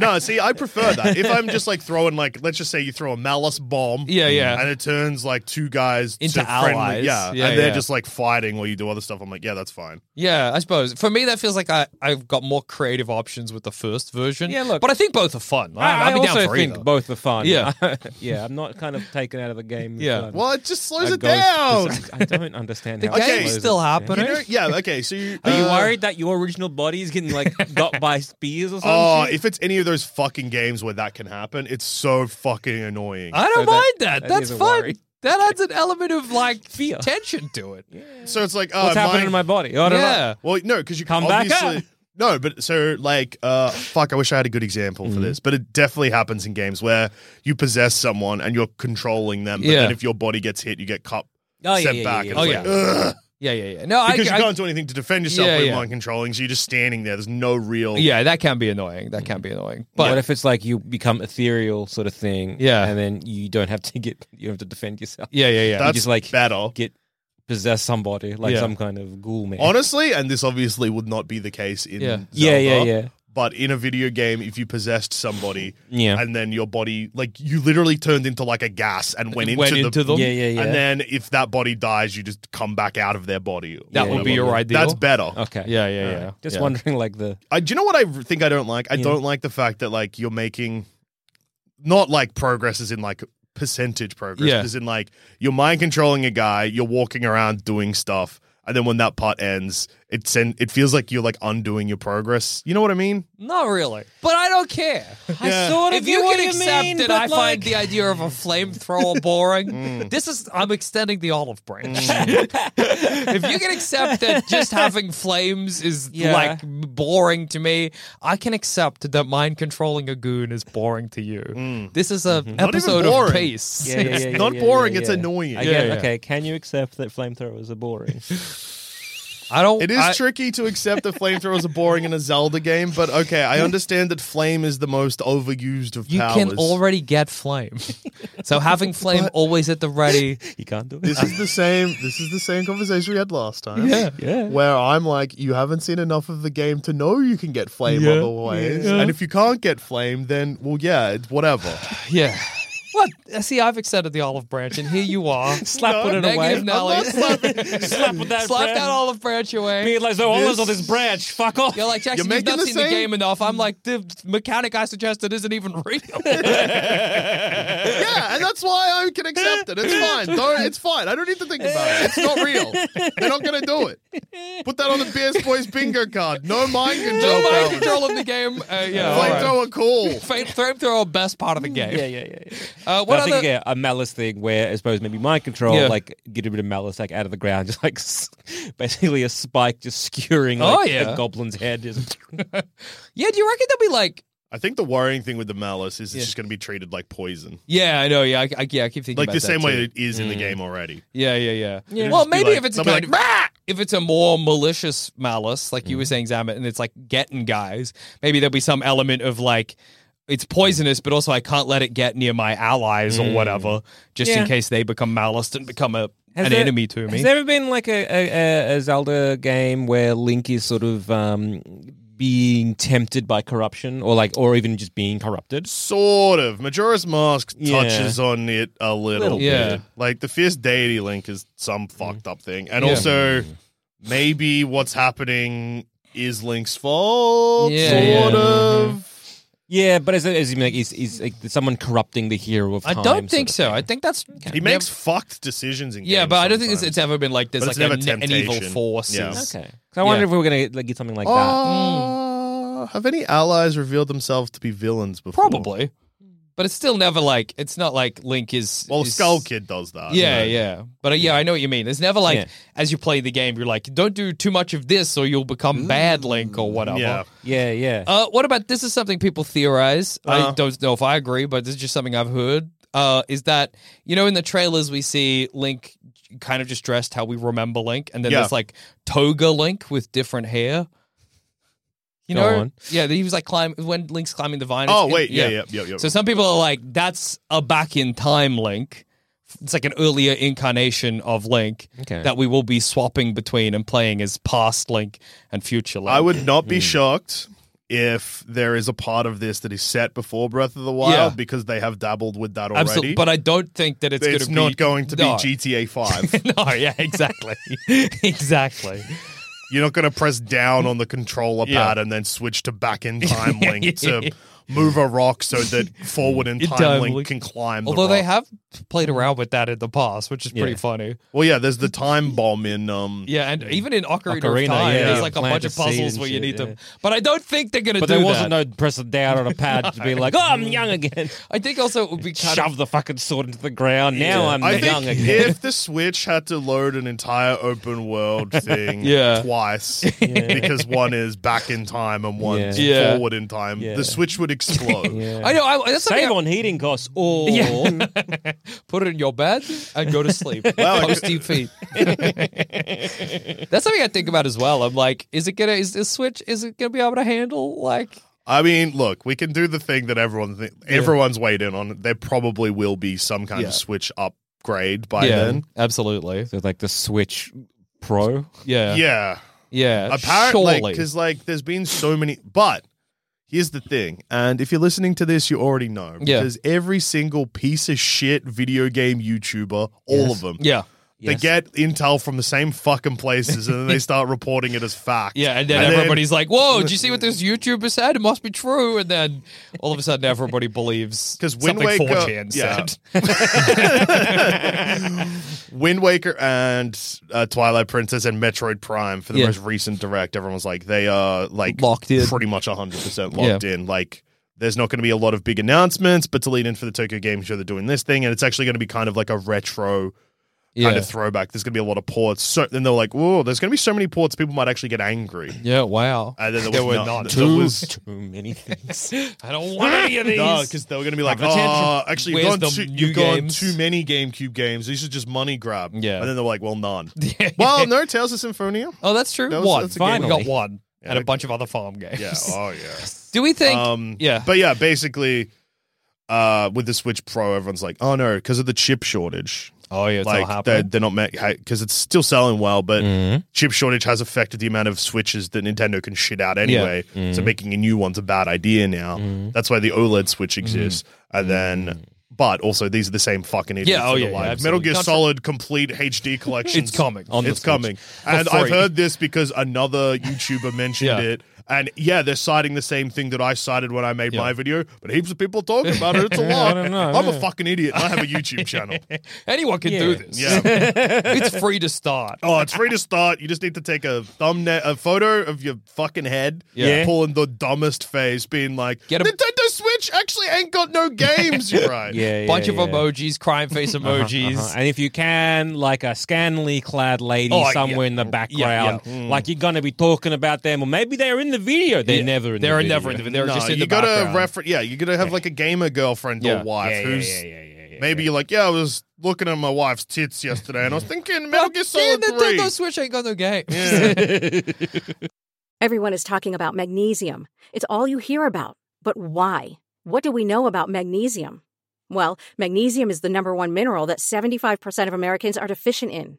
no, see, I prefer that. If I'm just like throwing like, let's just say you throw a malice bomb.
Yeah, yeah.
And it turns like two guys
Into
to friendly-
allies.
Yeah,
Yeah,
and they're
yeah.
just like fighting while you do other stuff. I'm like, yeah, that's fine.
Yeah, I suppose. For me, that feels like I, I've got more creative options with the first version.
Yeah, look-
But I think both are fun. I,
I, I
I'd be
also
down for
think
either.
both are fun.
Yeah.
yeah. I'm not kind of taken out of the game. um,
Yeah.
Well,
Well, it just slows
I
it
go-
down.
I don't understand
The
how it
Okay.
game's
slows
still
it down.
You
happening.
know- yeah, okay. So you
Are you
uh,
worried that your original body is getting like got by spears or something?
Oh, if it's any of those fucking games where that can happen, it's so fucking annoying.
I
So
don't
that-
mind that.
that
That's
is a
fun.
worry.
That adds an element of like
Fear.
tension to it. Yeah.
so it's like, oh,
What's happening
mine-
to my body? I don't know.
Well, no, because you
Come back
obviously,
up.
No, but so like, uh, fuck. I wish I had a good example for this, but it definitely happens in games where you possess someone and you're controlling them. But
Yeah.
then if your body gets hit, you get cut
Oh, yeah,
sent
yeah,
back.
yeah,
and it's
yeah.
like,
Oh,
"Ugh,"
Yeah, yeah, yeah. No,
because
I,
you
I
can't do anything to defend yourself
Yeah,
with
yeah.
mind controlling, so you're just standing there. There's no real.
Yeah, that can be annoying. That can be annoying. But
what if it's like you become ethereal sort of thing?
Yeah.
and then you don't have to get you don't have to defend yourself.
yeah, yeah, yeah.
That's
just, like,
better.
Get possess somebody like
Yeah.
some kind of ghoul man.
Honestly, and this obviously would not be the case in
Yeah.
Zelda,
Yeah, yeah, yeah.
But in a video game, if you possessed somebody,
Yeah.
and then your body, like you literally turned into like a gas and went into
went
the,
into them.
Yeah, yeah, yeah.
And then if that body dies, you just come back out of their body.
That
Yeah,
would be
yeah,
your
yeah.
ideal.
That's better.
okay.
Yeah, yeah, yeah.
Just
yeah.
wondering, like the
I, do you know what I r- think I don't like? I don't like the fact that like you're making not like progress as in like percentage progress,
Yeah.
as in like you're mind controlling a guy, you're walking around doing stuff, and then when that part ends, it send, it feels like you're like undoing your progress. You know what I mean?
Not really. But I don't care.
Yeah.
sort
if you can accept that I find the idea of a flamethrower boring, this is I'm extending the olive branch. if you can accept that just having flames is
Yeah.
like boring to me, I can accept that mind controlling a goon is boring to you. This is a
even
episode of
boring.
peace.
Yeah, yeah, yeah, yeah,
not
yeah,
boring,
yeah,
it's
yeah.
annoying.
I get-
Yeah, yeah.
Okay, can you accept that flamethrowers are boring?
I don't.
It is
I-
tricky to accept that flamethrowers are boring in a Zelda game, but okay, I understand that flame is the most overused of
You
powers.
can already get flame, so having flame always at the ready.
you can't do it.
This is the same. This is the same conversation we had last time.
Yeah.
yeah.
Where I'm like, you haven't seen enough of the game to know you can get flame
Yeah.
other ways.
Yeah.
And if you can't get flame, then well, yeah, it's whatever.
Yeah. What? Uh, See, I've extended the olive branch, and here you are.
Slap put it away.
Negative Nelly.
Slap with that.
Slap
branch.
that olive branch away.
Being like, no olives on this branch. Fuck off.
You're like, Jackson,
You're
you've not
making the
seen the
same-
game enough. I'm like, the mechanic I suggested isn't even real.
yeah, and that's why I can accept it. It's fine. Don't. It's fine. I don't need to think about it. It's not real. They're not gonna do it. Put that on the BS Boys bingo card. No mind control.
No mind
No
control of the game. Uh, yeah, all right.
Flamethrower Mm, cool.
Flame- Flamethrower, best part of the game.
yeah, yeah, yeah. yeah.
Uh,
But
what
I
other?
think yeah, a malice thing where I suppose maybe mind control,
Yeah.
like get a bit of malice like out of the ground, just like s- basically a spike just skewering
Oh,
like
yeah.
a goblin's head. Just,
Yeah, do you reckon they'll be like?
I think the worrying thing with the malice is it's just gonna be treated like poison,
Yeah, I know. Yeah, I, I, yeah, I keep thinking
like the
about that
same way
too.
it
Mm.
is in the game already.
Yeah, yeah, yeah.
Yeah.
Well,
Just be
maybe
like-
if it's a
they'll be
kind
like,
of- Mm. if it's a more malicious malice, like you were saying, Zamet, and it's like getting guys, maybe there'll be some element of like it's poisonous, but also I can't let it get near my allies or whatever, just
Yeah.
in case they become malice and become a
Has
an
there-
enemy to me.
Has there ever been like a, a, a- a Zelda game where Link is sort of um, being tempted by corruption, or like, or even just being corrupted?
Sort of. Majora's Mask
Yeah.
touches on it a little,
Little
Yeah.
bit. Like the fierce deity link is some fucked up thing. And
Mm. Yeah.
also maybe what's happening is Link's fault.
Yeah,
sort
yeah.
of.
Yeah, but is it, is, it like, is, is like someone corrupting the hero of
I
time?
don't think
sort
so.
of
I think that's
He makes fucked decisions in
yeah,
games
but I don't think it's,
sometimes.
it's ever been like there's
But it's
like a,
never
ne- an evil
temptation.
force.
Yeah.
is-
Okay. 'Cause I wonder
Yeah.
if we were going to like, get something like that.
Ah, Uh, Have any allies revealed themselves to be villains before?
Mm. Probably. But it's still never like it's not like Link is
Well,
is-
Skull Kid does that.
Yeah, yeah. But uh, yeah, I know what you mean. It's never like
Yeah.
as you play the game, you're like, don't do too much of this or you'll become bad Link or whatever.
Mm.
Yeah,
Yeah.
yeah.
Uh, what about this? Is something people theorize. I
Uh-huh.
don't know if I agree, but this is just something I've heard. Uh, is that you know in the trailers we see Link kind of just dressed how we remember Link, and then
Yeah.
there's like toga Link with different hair. You
Go
know,
on.
yeah, he was like climb when Link's climbing the vine.
Oh
it's-
wait, yeah, yeah, yeah, yeah.
So some people are like, that's a back in time Link. It's like an earlier incarnation of Link
Okay.
that we will be swapping between and playing as past Link and future Link.
I would not
Hmm.
be shocked if there is a part of this that is set before Breath of the Wild
Yeah.
because they have dabbled with that already.
Absolutely, but I don't think that it's,
it's,
going to
not
be,
going to be
no.
GTA Five.
no, yeah, exactly, exactly.
You're not going to press down on the controller
Yeah.
pad and then switch to back in time link to move a rock so that forward in
In
time,
time
link
link.
can climb. the
Although they
rock.
have played around with that in the past, which is
Yeah.
pretty funny.
well, yeah, there's the time bomb in um.
Yeah, and even in Ocarina,
Ocarina,
of Time,
yeah,
there's
you
like a
plant
bunch
a
of
seed
puzzles
and
where you
shit,
need
yeah.
to. But I don't think they're going to
but
do
there wasn't
that.
no pressing down on a pad to be like, oh, I'm young again.
I think also it would be kind
Shove
of.
the fucking sword into the ground. Now I'm
I
young
think
again.
if the Switch had to load an entire open world thing
Yeah.
twice,
Yeah.
because one is back in time and one's
Yeah. Yeah.
forward in time,
Yeah.
the Switch would explode.
I know. I, that's something
Save
I-
on heating costs or
Yeah. Put it in your bed and go to sleep.
Wow.
Toasty feet. That's something I think about as well. I'm like, is it gonna? Is this switch? Is it gonna be able to handle like?
I mean, look, we can do the thing that everyone th- everyone's weighed in on. There probably will be some kind
Yeah.
of Switch upgrade by then.
absolutely.
So like the Switch Pro.
Yeah,
Yeah.
yeah.
Apparently,
surely.
because like, there's been so many. But here's the thing, and if you're listening to this, you already know
Yeah.
because every single piece of shit video game YouTuber, all of them,
yeah,
they
Yes.
get intel from the same fucking places, and then they start reporting it as fact.
yeah, and then
And then-
everybody's like, "Whoa, did you see what this YouTuber said? It must be true." And then all of a sudden, everybody believes
'Cause Wind
something
Waker-
4chan
yeah.
said.
Wind Waker and uh, Twilight Princess and Metroid Prime for the
Yeah.
most recent direct, everyone was like, they are like
Locked in.
pretty much 100% locked in. Like, there's not going to be a lot of big announcements, but to lead in for the Tokyo Game Show, they're doing this thing, and it's actually going to be kind of like a retro
Yeah,
kind of throwback. There's going to be a lot of ports. So, then they're like, whoa, there's going to be so many ports, people might actually get angry.
yeah. Wow.
And then there,
There
was
were
none.
none.
There was-
many things.
I don't want any of these.
No, because they were going to be like,
Have a tantrum.
oh, actually, you've,
Where's
gone
the
too,
new
you've gone
games?"
too many GameCube games. These are just money grab.
Yeah.
And then they're like, well, none. well, no Tales of Symphonia.
oh, that's true.
That was-
one.
that's a
game.
Finally, we got one, and a
okay.
bunch of other farm games.
Yeah. Oh, yeah.
Do we think?
Um,
yeah.
But yeah, basically, uh, with the Switch Pro, everyone's like, oh, no, because of the chip shortage.
oh yeah, it's all
like, they're,
happening. Mm-hmm.
they're not met because it's still selling well, but chip shortage has affected the amount of Switches that Nintendo can shit out anyway.
Mm-hmm.
So making a new one's a bad idea now. That's why the OLED Switch exists. And then. But also, these are the same fucking idiots.
Mm-hmm. Yeah, oh,
that are
yeah, yeah,
like, Metal
absolutely.
Gear
Not for-
Solid complete HD collection.
It's coming. On the
It's
Switch.
coming. And
free.
I've heard this because another YouTuber mentioned
Yeah.
it. And yeah, they're citing the same thing that I cited when I made
Yeah.
my video. But heaps of people talk about it. It's a lot.
don't know,
I'm
yeah.
a fucking idiot. and I have a YouTube channel.
Anyone can
Yeah.
do this.
Yeah.
it's free to start.
Oh, it's free to start. You just need to take a thumbnail, a photo of your fucking head,
Yeah.
pulling the dumbest face, being like,
Get a-
Nintendo Switch actually ain't got no games. You're right.
Yeah, yeah,
bunch of
yeah.
emojis, crying face emojis.
Uh-huh. And if you can, like a scantily clad lady
Oh, yeah.
somewhere in the background,
yeah.
like you're going to be talking about them, or maybe they're in the video. They're
Yeah.
never in
They're
the video.
never in the They're
No,
just in
you
the
gotta
background.
reference. Yeah, you gotta have like a gamer girlfriend
Yeah.
or wife
Yeah, yeah,
who's
yeah, yeah, yeah, yeah,
maybe
yeah.
you're like, yeah, I was looking at my wife's tits yesterday, and I was thinking Metal Gear
Yeah,
Solid Three.
Oh, Nintendo Switch ain't got no game.
Everyone is talking about magnesium. It's all you hear about. But why? What do we know about magnesium? Well, magnesium is the number one mineral that 75% of Americans are deficient in.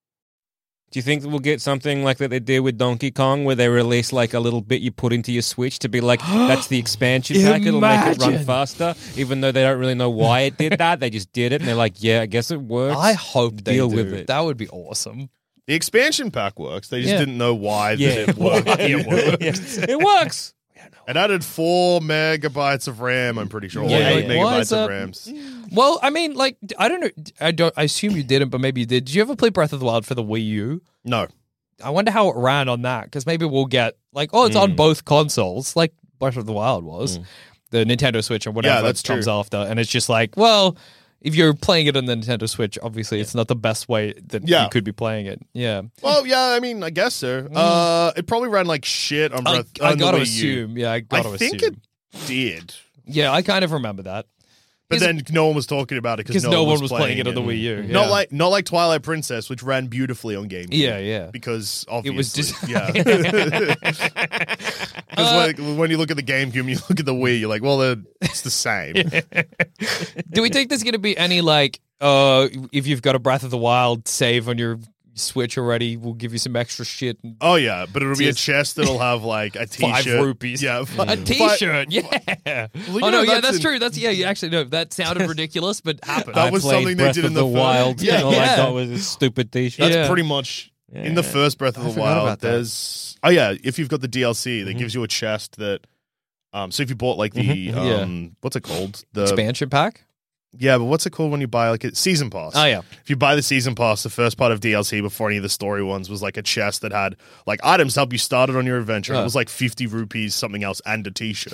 Do you think that we'll get something like that they did with Donkey Kong, where they release like a little bit you put into your Switch to be like, that's the expansion pack, it'll make it run
Imagine.
faster, even though they don't really know why it did that. they just did it, and they're like, yeah, I guess it works.
I hope they
Deal
do.
with it.
That would be awesome.
The expansion pack works. They just
Yeah.
didn't know why
Yeah.
that it worked.
It worked. it works.
It added four megabytes of RAM, I'm pretty sure. or
Yeah,
eight
like, why is
megabytes of
that-
RAMs.
Well, I mean, like, d- I don't know. d- I don't. I assume you didn't, but maybe you did. Did you ever play Breath of the Wild for the Wii U?
No.
I wonder how it ran on that because maybe we'll get like, oh, it's
Hmm.
on both consoles, like Breath of the Wild was, the Nintendo Switch or whatever
Yeah, that's
that comes
true.
after, and it's just like, well, if you're playing it on the Nintendo Switch, obviously it's not the best way that
Yeah.
you could be playing it. Yeah,
Well, yeah, I mean, I guess so. Uh, it probably ran like shit on
Mm. I,
Breath
I
on the
gotta
Wii U.
assume. Yeah, I
I
gotta
think
assume.
it did.
Yeah, I kind of remember that.
But
Is it-
then no one was talking about it because
because
no, one was playing,
it on the Wii U.
Not
yeah.
like not like Twilight Princess, which ran beautifully on GameCube.
Yeah, yeah.
Because
It
obviously,
was just-
yeah. Because like,
Uh,
when you look at the GameCube, and you look at the Wii, you're like, well, they're- it's the same.
Do we think there's going to be any like uh if you've got a Breath of the Wild save on your Switch already, we'll give you some extra shit. and-
Oh yeah, but it'll be a
Just-
chest that'll have like a
Five
t-shirt.
rupees.
Yeah,
A
fi-
T-shirt, yeah.
Well, you
oh
know,
no, yeah,
that's
that's
in-
true. That's yeah. You actually no, that sounded ridiculous, but happened.
That
I
was
played
something they
Breath
did
of
in
the,
the first-
Wild,
Yeah,
and all
yeah.
I got was a stupid t shirt.
That's
Yeah.
pretty much in the
Yeah.
first Breath of
I
the
forgot
Wild.
about that.
There's oh yeah, if you've got the DLC that
Mm-hmm.
gives you a chest that. Um, so if you bought like the
Mm-hmm. Yeah.
um, what's it called the
Expansion pack.
yeah, but what's it called when you buy like a season pass?
Oh yeah,
If you buy the season pass, the first part of DLC before any of the story ones was like a chest that had like items to help you started on your adventure. It
Oh.
was like fifty rupees, something else, and a T-shirt.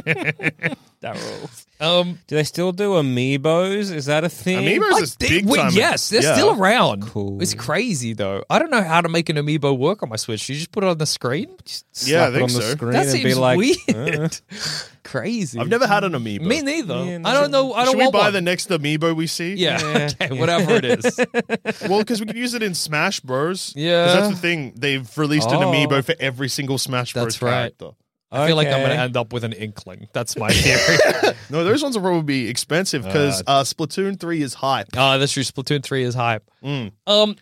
That rules.
um,
Do they still do amiibos? Is that a thing?
Amiibos is
they-
big
wait,
time.
yes, they're
Yeah.
still around.
Cool.
It's crazy though. I don't know how to make an amiibo work on my Switch. You just put it on the screen.
Slap
Yeah, I
it
think
on the
so.
screen
That
and
seems
be like, uh,
weird. crazy.
I've never had an amiibo.
Me neither.
Yeah,
I don't know. I don't
Should we
want
buy
one.
the next amiibo we see?
yeah. Okay. Whatever it is.
well, because we could use it in Smash Bros. 'Cause
Yeah.
that's the thing. They've released an
Oh.
amiibo for every single Smash Bros.
That's right.
character.
I feel like I'm going
Okay.
to end up with an inkling. That's my theory.
No, those ones will probably be expensive because uh, Splatoon three is hype.
Ah, that's true. Splatoon three is hype.
Mm.
Um,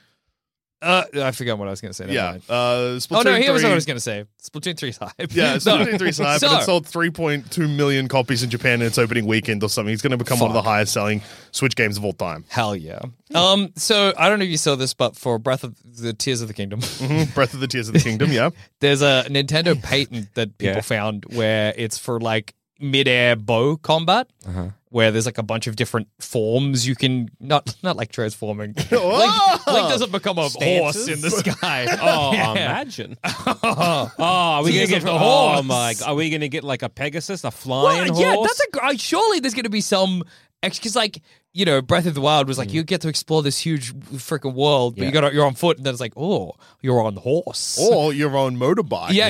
uh, I forgot what I was going to say. never
Yeah.
mind.
Uh, Splatoon
Oh no, here
3,
was what I was going to say. Splatoon three is hype.
Yeah,
So-
Splatoon 3 is hype,
so-
and it sold 3.2 million copies in Japan in its opening weekend or something. It's going to become one of the highest selling Switch games of all time.
Hell yeah. Um, so I don't know if you saw this, but for Breath of the Tears of the Kingdom,
Mhm, Breath of the Tears of the Kingdom, yeah.
there's a Nintendo patent that people
Yeah.
found where it's for like mid-air bow combat.
Uh-huh.
Where there's like a bunch of different forms you can not not like transforming. Link, Link doesn't become a horse in the sky.
Oh,
Yeah.
imagine. oh, are we going to
Tears
get
of the
Oh
horse.
my! Are we going to get like a Pegasus, a
Well,
flying
yeah,
horse?
that's a. gr- uh, Surely there's going to be some because, like, you know, Breath of the Wild was like you get to explore this huge freaking world,
Mm.
but
Yeah. Oh,
you got you're on foot, and then it's like, oh, you're on horse.
Or your own motorbike.
yeah,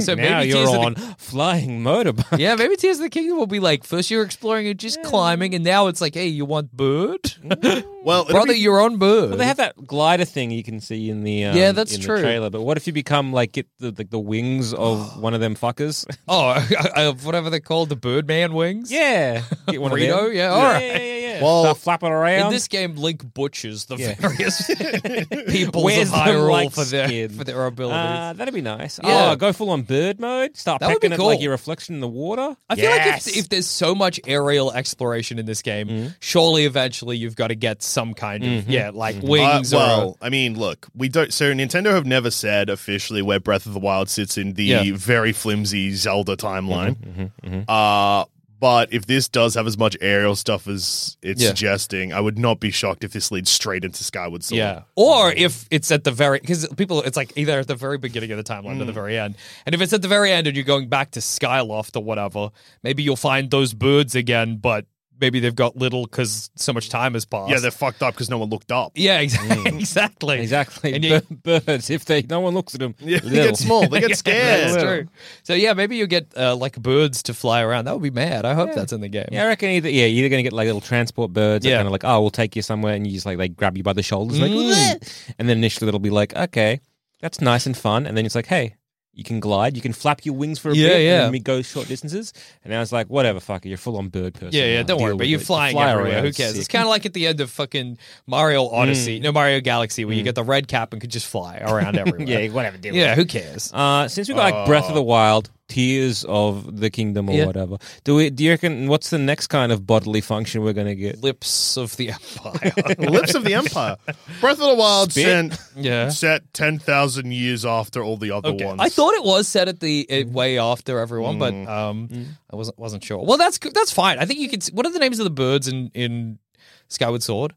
So
now
maybe
you're
Tears
on
Of
flying motorbike.
the, yeah, maybe Tears of the Kingdom will be like first you're exploring, you're just climbing, and now it's like, hey, you want bird,
Mm.
Well, it'll
brother,
be-
you're on bird.
Well, they have that glider thing you can see in the um,
Yeah, that's
in the
true.
trailer. But what if you become like get the the, the wings of one of them fuckers?
oh, uh, whatever they're called, the Birdman wings.
yeah, get one
Burrito?
of them.
Yeah, all right.
yeah, yeah, yeah.
Well,
Start flapping around.
In this game, Link butchers the
Yeah.
various peoples
Wears
of
them
Hyrule
like
for their
skin.
for their abilities.
uh, that'd be nice.
Yeah.
Oh, go full on bird mode. Start
That would be
pecking at like
cool.
your reflection in the water.
I feel like if, if there's so much aerial exploration in this game,
Mm-hmm.
surely eventually you've got to get some kind of yeah, like
Uh,
wings
well,
or
I mean, look, we don't. So Nintendo have never said officially where Breath of the Wild sits in the
Yeah. Mm-hmm,
very flimsy Zelda timeline. Uh, but if this does have as much aerial stuff as it's
Yeah.
suggesting, I would not be shocked if this leads straight into Skyward Sword.
yeah, or if it's at the very because people it's like either at the very beginning of the timeline
Mm.
or the very end, and if it's at the very end and you're going back to Skyloft or whatever, maybe you'll find those birds again, but maybe they've got little because so much time has passed.
yeah, they're Mm. fucked up because no one looked up.
yeah, ex- exactly,
Exactly.
And you,
Bir- birds, if they no one looks at them,
Yeah, they get small. They get scared.
that's true. So yeah, maybe you get uh, like birds to fly around. That would be mad. I hope that's in the game.
Yeah, I reckon either yeah, you're gonna get like little transport birds. Yeah,
Yeah. Mm.
kind of like oh, we'll take you somewhere, and you just like they grab you by the shoulders, like, "Bleh." and then initially it'll be like okay, That's nice and fun. And then it's like, hey, you can glide, you can flap your wings for a
Yeah,
bit,
yeah.
and then we go short distances. And I was like, whatever, fuck it, you're full on bird person.
Yeah, yeah,
now.
don't worry
Deal
about
with
it. You're
it.
flying
Fly
everywhere.
around,
Who cares?
sick.
It's kind of like at the end of fucking Mario Odyssey, no Mario Galaxy, where you get the red cap and could just fly around everywhere.
yeah, whatever. Deal with
yeah,
it.
who cares?
Uh, since we got like Breath of the Wild, Tears of the Kingdom, or
Oh. Yeah.
whatever, do we? Do you reckon? What's the next kind of bodily function we're gonna get?
Lips of the Empire.
Lips of the Empire. Breath of the Wild
Spit.
sent,
Yeah.
set 10,000 years after all the other ones.
I thought it was set at the uh, way after everyone, but um, I wasn't wasn't sure. Well, that's that's fine. I think you could. s- What are the names of the birds in in Skyward Sword?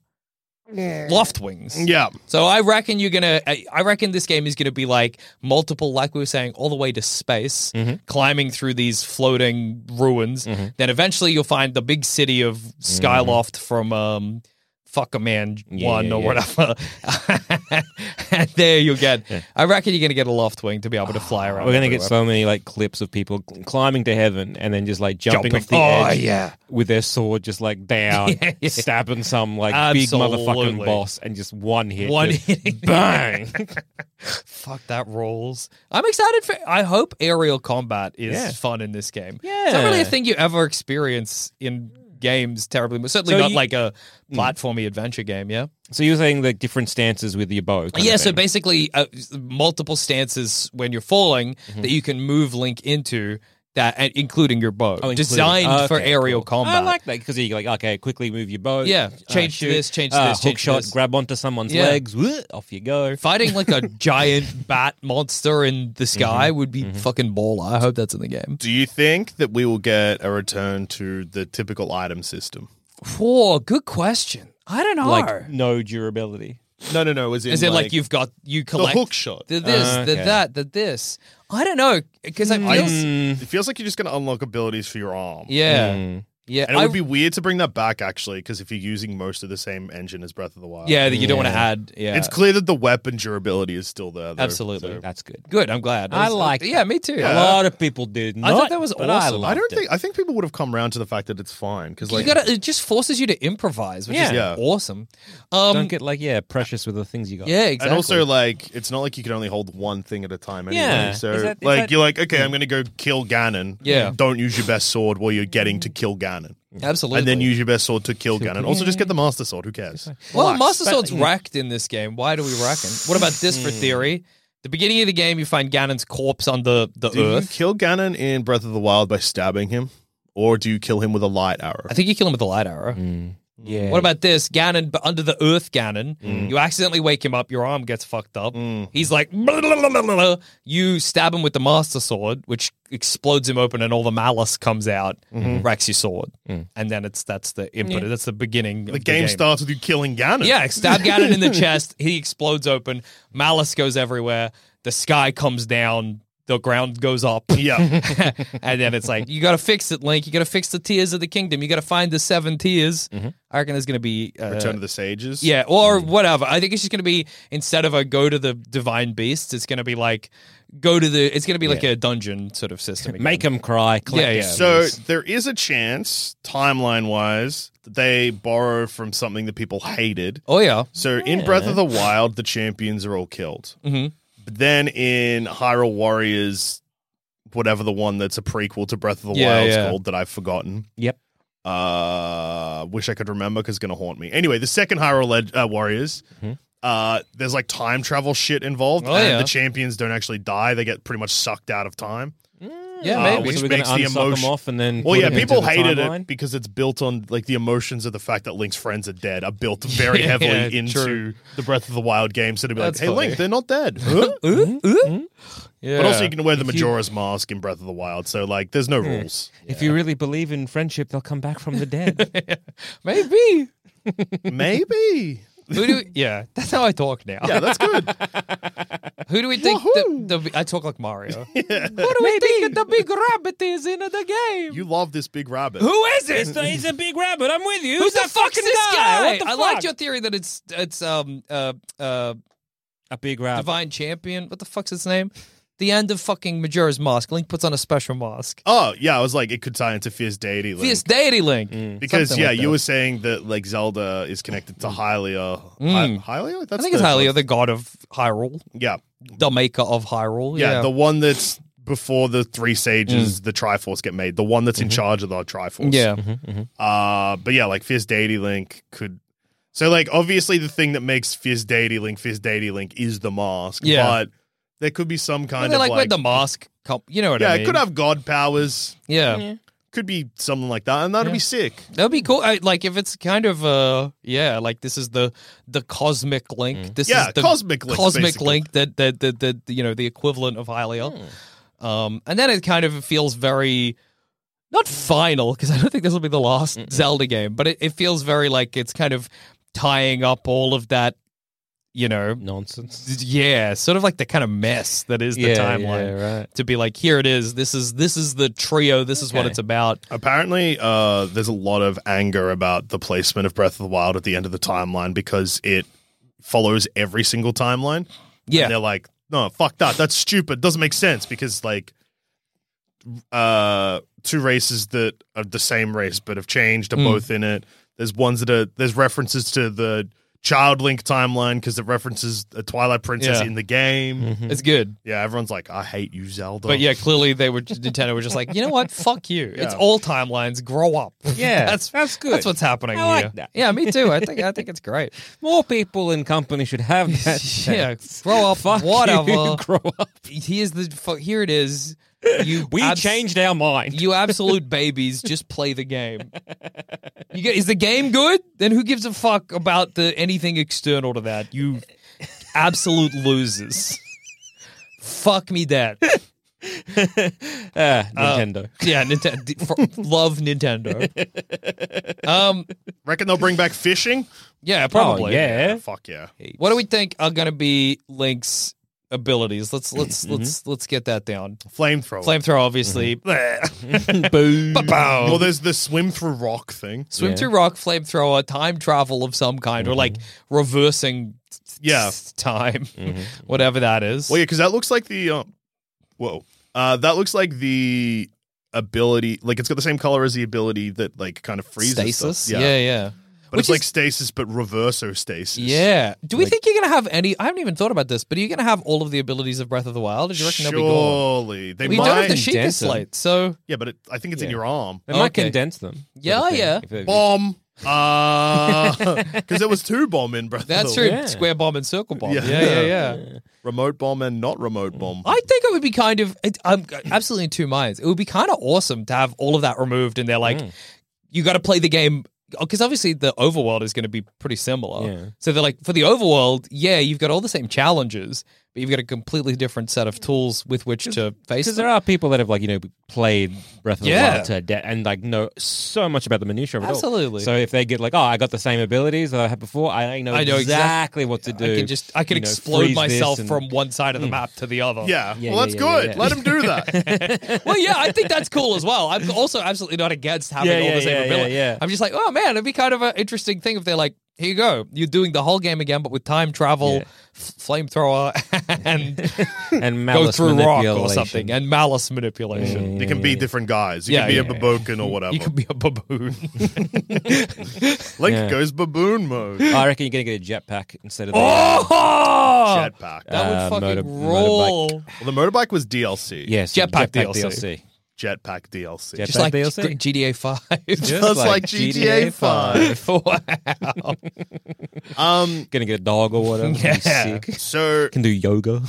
Loft wings.
Yeah.
So I reckon you're gonna. I I reckon this game is gonna be like multiple, like we were saying, all the way to space,
Mm-hmm.
climbing through these floating ruins. Then eventually you'll find the big city of Skyloft from um, Fuck a Man
Mm-hmm. Yeah,
One
yeah,
or
yeah.
whatever. and there you'll get. I reckon you're gonna get a loft wing to be able to fly around.
Ah, We're gonna get
everywhere.
so many like clips of people cl- climbing to heaven and then just like jumping, off the
oh
edge
yeah.
with their sword, just like down,
Yeah, yeah.
stabbing some like big motherfucking
Absolutely.
boss, and just one hit,
One
just
hit.
bang.
Fuck that rules. I'm excited for. I hope aerial combat is
Yeah.
fun in this game. it's not
Yeah.
really a thing you ever experience in games terribly. but Certainly
So
not
you- Mm.
like a platformy adventure game. Yeah.
so you were saying the different stances with your bow? kind of
Yeah, so
thing.
basically, uh, multiple stances when you're falling
Mm-hmm.
that you can move Link into that, and including your bow,
Oh, included.
designed for
Okay,
aerial
cool.
combat.
I like that because you're like, okay, quickly move your bow.
Yeah, change to
shoot,
this, change to
uh,
this,
hook
change to
shot,
this.
grab onto someone's
Yeah.
legs, whoop, off you go.
Fighting like a giant bat monster in
Mm-hmm.
the sky would be fucking baller. I hope that's in the game.
Do you think that we will get a return to the typical item system?
Whoa, good question. I don't know.
Like no durability.
No, no, no. Is it
Is it like, you've got you collect
hook shot.
the this,
Ah,
the
okay.
that, the this? I don't know because
Mm.
I feel
Mm.
It feels like you're just going to unlock abilities for your arm.
yeah, yeah.
Mm. And it
I-
would be weird to bring that back, actually, because if you're using most of the same engine as Breath of the Wild,
yeah that you don't want to add. Yeah,
it's clear that the weapon durability is still there. Though,
Absolutely.
so-
That's good.
good. I'm glad.
I
was-
like
Yeah, me too.
A lot of people did. Not,
thought that was
but I
awesome.
I don't
loved it.
think. I think people would have come around to the fact that it's fine because,
You
like,
gotta. It just forces you to improvise, which is
Yeah. Yeah.
awesome. Um,
Don't get like yeah precious with the things you got.
yeah, exactly.
and also like, it's not like you can only hold one thing at a time. Anyway.
Yeah.
So,
Is that- is
like,
that-
you're like, okay, I'm going to go kill Ganon.
Hmm. Yeah.
Don't use your best sword while you're getting to kill Ganon,
absolutely.
and then use your best sword to kill Ganon. Also, just get the Master Sword. Who cares?
Well,
Relax.
Master Sword's wrecked in this game. Why do we reckon? What about this
Hmm.
for theory? The beginning of the game, you find Ganon's corpse on the the
Do you
earth.
kill Ganon in Breath of the Wild by stabbing him, or do you kill him with a light arrow?
I think you kill him with a light arrow.
Yeah.
What about this? Ganon, but under the earth, Ganon. You accidentally wake him up. Your arm gets fucked up. He's like, "Blah, blah, blah, blah, blah, blah." you stab him with the master sword, which explodes him open, and all the malice comes out, wrecks your sword, and then it's that's the input. That's the beginning.
The game, starts with you killing Ganon.
Yeah, stab Ganon in the chest. He explodes open. Malice goes everywhere. The sky comes down. The ground goes up.
Yeah.
and then it's like you got to fix it, Link. You got to fix the tears of the kingdom. You got to find the seven tears. I reckon there's going to be uh,
Return of the Sages.
yeah, or whatever. I think it's just going to be instead of a go to the divine beast, it's going to be like go to the. It's going to be like a dungeon sort of system. again.
Make them cry. Collect
Yeah, yeah.
their
So
souls.
there is a chance, timeline wise, that they borrow from something that people hated.
oh yeah,
So in Breath of the Wild, the champions are all killed.
Mhm.
But then in Hyrule Warriors, whatever the one that's a prequel to Breath of the
Yeah,
Wild's
yeah.
called that I've forgotten.
Yep.
Uh, wish I could remember because it's gonna haunt me. Anyway, the second Hyrule Leg- uh, Warriors. Uh, there's like time travel shit involved,
Mm-hmm. Oh,
and
yeah.
the champions don't actually die; they get pretty much sucked out of time.
yeah,
Uh,
maybe.
which
so we're gonna
makes the
unsuck them
emotion-
off and then.
Well,
put
yeah,
them into
people
the
hated
timeline.
it because it's built on like the emotions of the fact that Link's friends are dead are built very
Yeah,
heavily into
true.
the Breath of the Wild game. So to be like,
That's
hey,
funny.
Link, they're not dead. Huh?
Ooh, ooh. Yeah.
But also, you can wear the Majora's Mask in Breath of the Wild. So like, there's
Hmm.
no rules.
If you really believe in friendship, they'll come back from the dead.
maybe.
Maybe.
Who do? We, yeah, that's how I talk now.
Yeah, that's good.
Who do we think? The, the, I talk like Mario. Who do we think the big rabbit is in the game?
you love this big rabbit.
Who is
it's,
it?
the, it's a big rabbit. I'm with you. Who's
Who's the
that
fuck's
fucking
this guy?
What the
I
fuck?
liked your theory that it's it's um uh uh
a big rabbit.
divine champion. What the fuck's his name? The end of fucking Majora's Mask. Link puts on a special mask.
Oh yeah, I was like, it could tie into Fierce Deity. Link. Mm.
Fierce deity Link.
because
something
yeah,
like
you
that. Hmm.
were saying that like Zelda is connected to Hylia. Hy- Hylia?
I
That's
think it's
the-
Hylia, the god of Hyrule.
Yeah.
the maker of Hyrule.
Yeah,
Yeah, Hmm.
the one that's before the three sages, the Triforce get made. The one that's in charge of the Triforce.
Mm-hmm. yeah.
Uh, but yeah, like Fizz Deity Link could. So like obviously the thing that makes Fizz Deity Link Fizz Deity Link is the mask.
Yeah.
But there could be some
I
kind
mean,
of
like,
like,
when the mask, com- you know what
yeah,
I mean?
it could have god powers.
Yeah,
Could be something like that, and that'd
Yeah.
be sick.
that'd be cool. I, like if it's kind of uh, yeah, like this is the the cosmic link. This
Mm. Yeah,
is the
cosmic links,
cosmic
basically.
link that that that that you know the equivalent of Hylia. Um, and then it kind of feels very not final because I don't think this will be the last Zelda game, but it, it feels very like it's kind of tying up all of that, you know,
Nonsense.
yeah, sort of like the kind of mess that is the timeline.
right.
To be like, here it is. This is this is the trio. This is what
Okay.
it's about.
Apparently, uh, there's a lot of anger about the placement of Breath of the Wild at the end of the timeline because it follows every single timeline.
Yeah,
And they're like, no, fuck that. That's stupid. Doesn't make sense because like uh two races that are the same race but have changed
Hmm.
are both in it. There's ones that are there's references to the Child Link timeline because it references a Twilight Princess
Yeah.
in the game.
it's good.
Yeah, everyone's like, I hate you, Zelda.
But yeah, clearly they were Nintendo were just like, you know what? Fuck you. It's
Yeah.
all timelines. Grow up.
Yeah,
that's
that's good.
That's what's happening
I like
here.
that.
Yeah, me too. I think I think it's great.
More people in company should have that.
yeah,
sense.
grow up.
Fuck
whatever.
You, grow up.
Here's the fuck. Here it is. You
We
abs-
changed our mind.
You absolute babies, just play the game. You get, is the game good? Then who gives a fuck about the anything external to that? You absolute losers. fuck me, dad.
Ah, Nintendo.
Yeah, Nintendo. love Nintendo. Um,
Reckon they'll bring back fishing?
yeah, probably.
Oh, yeah.
Fuck yeah.
What do we think are going to be Link's abilities? Let's let's
Mm-hmm,
let's let's get that down.
Oh. Flamethrower.
Flamethrower, obviously.
Mm-hmm.
Boom.
Well, there's the swim through rock thing.
Swim through rock, flamethrower, time travel of some kind, or like reversing
Mm-hmm. Yeah. Mm-hmm,
time, whatever that is.
Well, yeah, because that looks like the. Uh, whoa, uh, that looks like the ability. Like it's got the same color as the ability that like kind of freezes. stuff.
stasis. yeah, yeah.
but it's like stasis, but reverso stasis.
yeah. Do we think you're gonna have any? I haven't even thought about this, but are you gonna have all of the abilities of Breath of the Wild? Or do you reckon they'll be gone?
surely they
We
might.
don't have the Sheikah
Denton.
slate, so
yeah, but it, I think it's in
Yeah.
your arm.
They might
Okay.
condense them. sort of
Yeah,
thing,
yeah.
if they-
Bomb. Uh, because there was two bomb in Breath. of
that's
the
true.
Wild.
Yeah.
Square bomb and circle bomb.
Oh, Yeah.
Yeah. yeah, yeah,
Remote bomb and not remote bomb.
I think it would be kind of. It, I'm absolutely in two minds. It would be kind of awesome to have all of that removed, and they're like,
Mm.
you got to play the game because obviously the overworld is going to be pretty similar.
Yeah.
So they're like, for the overworld, yeah, you've got all the same challenges, but you've got a completely different set of tools with which to face
Because there
them.
are people that have like you know played Breath of
Yeah.
the Wild to death and like know so much about the minutiae of it all.
Absolutely.
So if they get like, oh, I got the same abilities that I had before, I know,
I know exac-
exactly what to do.
I can just I can
You know,
explode
freeze this
myself
and- Mm.
from one side of the map to the other.
yeah.
Yeah,
well,
yeah,
that's
yeah,
good.
yeah, yeah.
Let him do that.
Well, yeah, I think that's cool as well. I'm also absolutely not against having
Yeah,
all
yeah,
the same
yeah,
ability.
yeah, yeah.
I'm just like, oh man, it'd be kind of an interesting thing if they're like, here you go, you're doing the whole game again, but with time travel,
Yeah.
f- flamethrower, and
and
go
malice
through rock or
manipulation.
something, and malice manipulation.
you can be different guys. You
Yeah,
can be a
yeah, yeah.
baboon or whatever.
You could be a baboon.
Link
Yeah.
goes baboon mode.
Oh, I reckon you're gonna get a jetpack instead of the
oh,
Jetpack.
that
Uh,
would fucking
motor-
roll.
Well, the motorbike was DLC.
yes
Jetpack
jetpack
DLC.
DLC.
Jetpack DLC.
Jet-
Just like G-
DLC.
GTA Five.
Just like GTA five.
wow.
um,
Gonna get a dog or whatever.
Yeah.
Sick.
so
Can do yoga.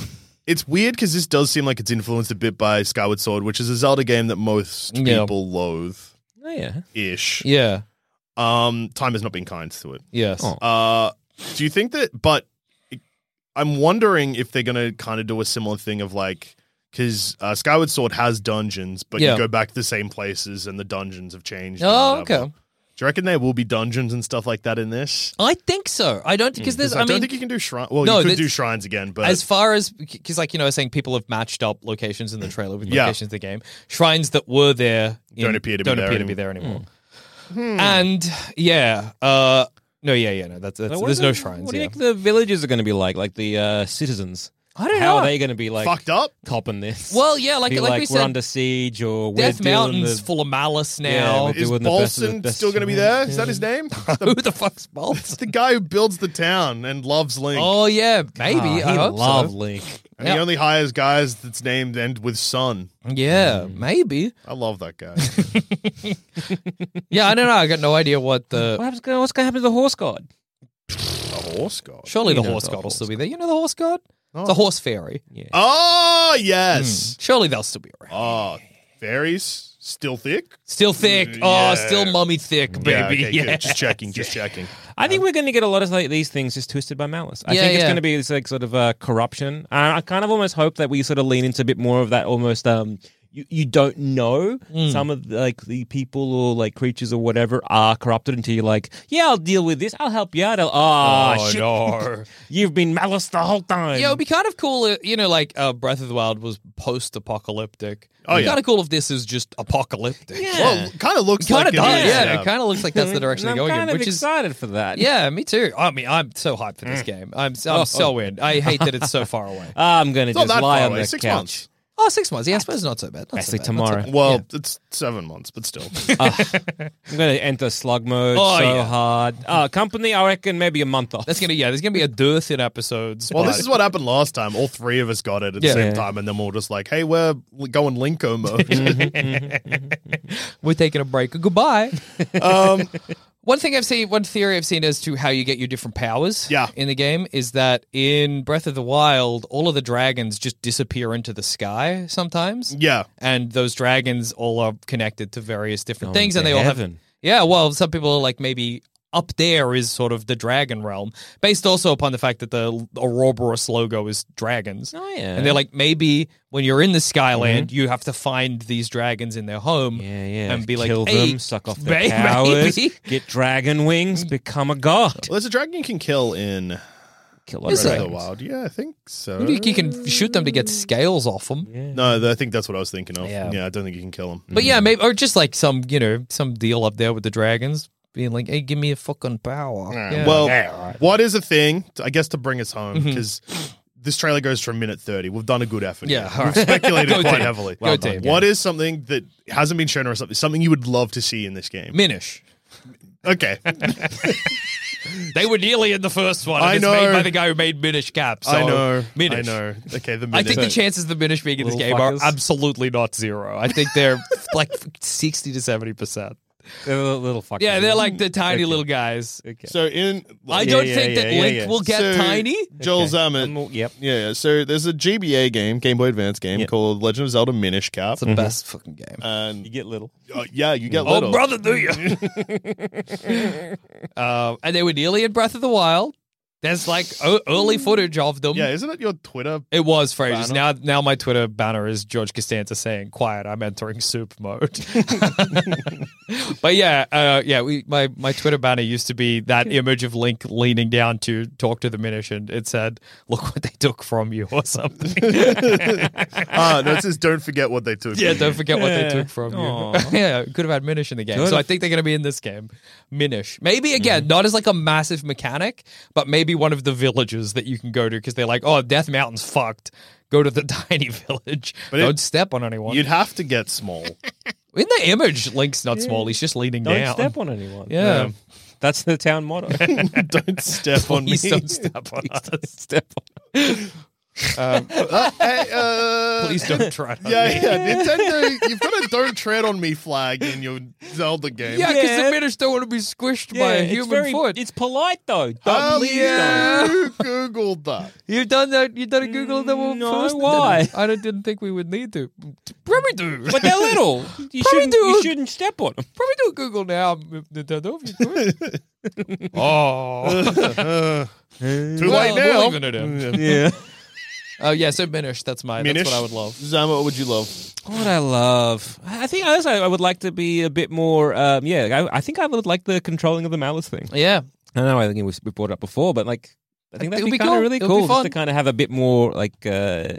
it's weird because this does seem like it's influenced a bit by Skyward Sword, which is a Zelda game that most
Yeah.
people loathe
Oh yeah.
ish.
Yeah.
Um, time has not been kind to it.
Yes.
Oh.
Uh, do you think that? But I'm wondering if they're gonna kind of do a similar thing of like. Because uh, Skyward Sword has dungeons, but
Yeah.
you go back to the same places and the dungeons have changed. and
Oh,
whatever.
okay.
Do you reckon there will be dungeons and stuff like that in this?
I think so. I
Hmm.
don't because there's.
I,
I,
don't
mean,
think you can do shrine. Well,
No,
you could
this-
do shrines again, but
as far as because like you know I was saying people have matched up locations in the trailer with
Yeah.
locations in the game shrines that were there in-
Don't appear to be
don't
there Hmm.
appear to be there anymore and yeah uh no yeah yeah no that's, that's
Now, what
there's
do
no
you-
shrines
What do
yeah.
you think the villages are going to be like? Like the uh, citizens?
I don't
How
know.
are they going to be like
Fucked up.
copping this?
Well, yeah, like-
Be
like we
we're
said,
under siege or we're
Death
dealing
Mountain's
the-
full of malice
Yeah,
now.
we're
Is
doing the best of the
Bolson
best
still going to be
we
there?
can.
Is that his name?
Who
The,
the fuck's Bolton?
the guy who builds the town and loves Link.
Oh yeah, maybe.
Ah, he
I hope
loved
so.
Link.
and
yeah.
he only hires guys that's named end with Sun.
Yeah, maybe.
I love that guy.
Yeah, I don't know. I got no idea what
What
the.
happens- What's going to happen to the horse god?
a horse god.
Surely the
You know
horse
the
god will
horse
still be there. You know the horse god?
Oh.
It's a horse fairy. Hmm.
Oh, yes.
Surely they'll still be
Hmm.
around.
Oh, fairies still thick.
Still thick.
Mm, Yeah.
Oh, still mummy thick, baby.
Yeah,
Yeah.
okay, good. Just checking. Just checking.
I think we're going to get a lot of like these things just twisted by malice. I
Yeah,
Um, think it's
yeah.
going to be this like sort of uh, corruption. Uh, I kind of almost hope that we sort of lean into a bit more of that almost. Um, you, you don't know some of the, like the people or like creatures or whatever are corrupted until you're like, yeah, I'll deal with this. I'll help you out. I'll, oh, shit.
no.
You've been malice the whole time.
Yeah, it would be kind of cool, uh, you know, like uh, Breath of the Wild was post apocalyptic.
Oh, yeah.
kind of cool if this is just apocalyptic.
Yeah.
Well, kind of looks
Kind
like
of does.
It is,
Yeah, it kind of looks like that's the direction
And
they're going
I'm kind
in,
of
which is.
excited Mm. for that.
Yeah, me too. I mean, I'm so hyped for this game. I'm, I'm so in. I hate that it's so far away.
I'm going to
It's not
just
that
lie
far
on
away.
the
Six
couch.
months.
Oh, six months. Yeah, I suppose not so bad. Not
Actually,
so bad, not so
tomorrow.
bad.
Well, it's seven months, but still.
I'm going to enter slug mode
Oh,
so
yeah.
hard. Uh, company, I reckon maybe a month off.
That's gonna yeah. There's gonna be a dearth in episodes.
well,
but-
this is what happened last time. All three of us got it at the
Yeah.
same
Yeah.
time, and then we're all just like, hey, we're l- going Linko mode.
Mm-hmm. we're taking a break. Goodbye. um, one thing I've seen, one theory I've seen as to how you get your different powers.
Yeah.
in the game is that in Breath of the Wild, all of the dragons just disappear into the sky sometimes.
yeah.
and those dragons all are connected to various different things,
to
and they all have.
heaven.
Yeah, well, some people are like maybe up there is sort of the dragon realm, based also upon the fact that the Ouroboros logo is dragons.
Oh, yeah. Mm-hmm.
And they're like, maybe when you're in the Skyland, you have to find these dragons in their home.
Yeah, yeah.
And be like,
kill
"Hey,
them, suck off their
may-
powers,
maybe."
get dragon wings, become a god.
Well, there's a dragon you can kill in
Kill
Is
Breath of
there?
the Wild. Yeah, I think so.
You think You can shoot them to get scales off them.
No, th- I think that's what I was thinking of.
Yeah.
Yeah, I don't think you can kill him.
But yeah, maybe, or just like some, you know, some deal up there with the dragons being like, hey, give me a fucking power. Yeah. Mm-hmm.
Well, what is a thing? t- I guess to bring us home because this trailer goes for a minute thirty. We've done a good effort.
Yeah,
here.
all
we've
right.
speculated
Go
quite
team.
heavily.
Go team,
What is something that hasn't been shown or something? Something you would love to see in this game?
Minish.
Okay,
They were nearly in the first one.
I
and It's made
know.
by the guy who made Minish Cap. So
I know.
Minish.
I know. Okay, the
I
minute.
think the chances of the Minish being in this
Little
game are
fuckers.
absolutely not zero. I think they're like 60 to 70%.
They're little, little fuckers.
Yeah, they're like the tiny little guys.
so in
I don't think that Link will get
So,
tiny.
Joel
Um,
I'm
Zammit.
all- yep.
Yeah, yeah, so there's a GBA game, Game Boy Advance game called Legend of Zelda Minish Cap,
It's the best fucking game.
You
and
get little.
uh, yeah, you get
oh,
little.
brother, do you? um, and they were nearly in Breath of the Wild. There's like o- early footage of them.
Yeah, isn't it your Twitter?
It was Frasier's. Now, now my Twitter banner is George Costanza saying, "Quiet, I'm entering soup mode." but yeah, uh, yeah, we, my my Twitter banner used to be that image of Link leaning down to talk to the Minish, and it said, "Look what they took from you," or something.
Ah, no, it says don't forget what they took.
yeah, don't forget what they took from
Aw.
you. yeah, could have had Minish in the game,
Could
so I
have.
think they're going to be in this game. Minish, maybe again, not as like a massive mechanic, but maybe one of the villages that you can go to because they're like, "Oh, Death Mountain's fucked." Go to the tiny village. But
it-
don't step on anyone.
You'd have to get small.
In the image, Link's not small. He's just leaning
Don't
down.
step on anyone.
Yeah.
That's the town motto.
don't step on me.
Please don't step on us.
step
Uh, hey, uh,
Please don't try to.
Yeah, yeah. Nintendo, you've got a don't tread on me flag in your Zelda game.
Yeah, because
Yeah.
the British don't want to be squished
yeah,
by a
it's
human
very-
foot.
It's polite though. Don't
Have
please
yeah.
don't.
you googled that?
You've done that. You've done a Google that will
Mm, No,
post it.
why?
I don't, didn't think we would need to. Probably do.
But they're little. You
Probably
shouldn't, you
do.
shouldn't step on them.
Probably do a Google now, m- Nintendo, if you could. oh.
Too late now.
We're leaving it in.
Yeah.
Oh, yeah, so Minish. That's my.
Minish?
That's what I would love.
Zama, what would you love?
What I love, I I think I also I would like to be a bit more. Um, yeah, I, I think I would like the controlling of the malice thing.
Yeah.
I know I think we we brought it up before, but like I think that'd
It'll
be,
be
kind
cool.
of really
It'll be
cool just to
fun.
kind of have a bit more like uh,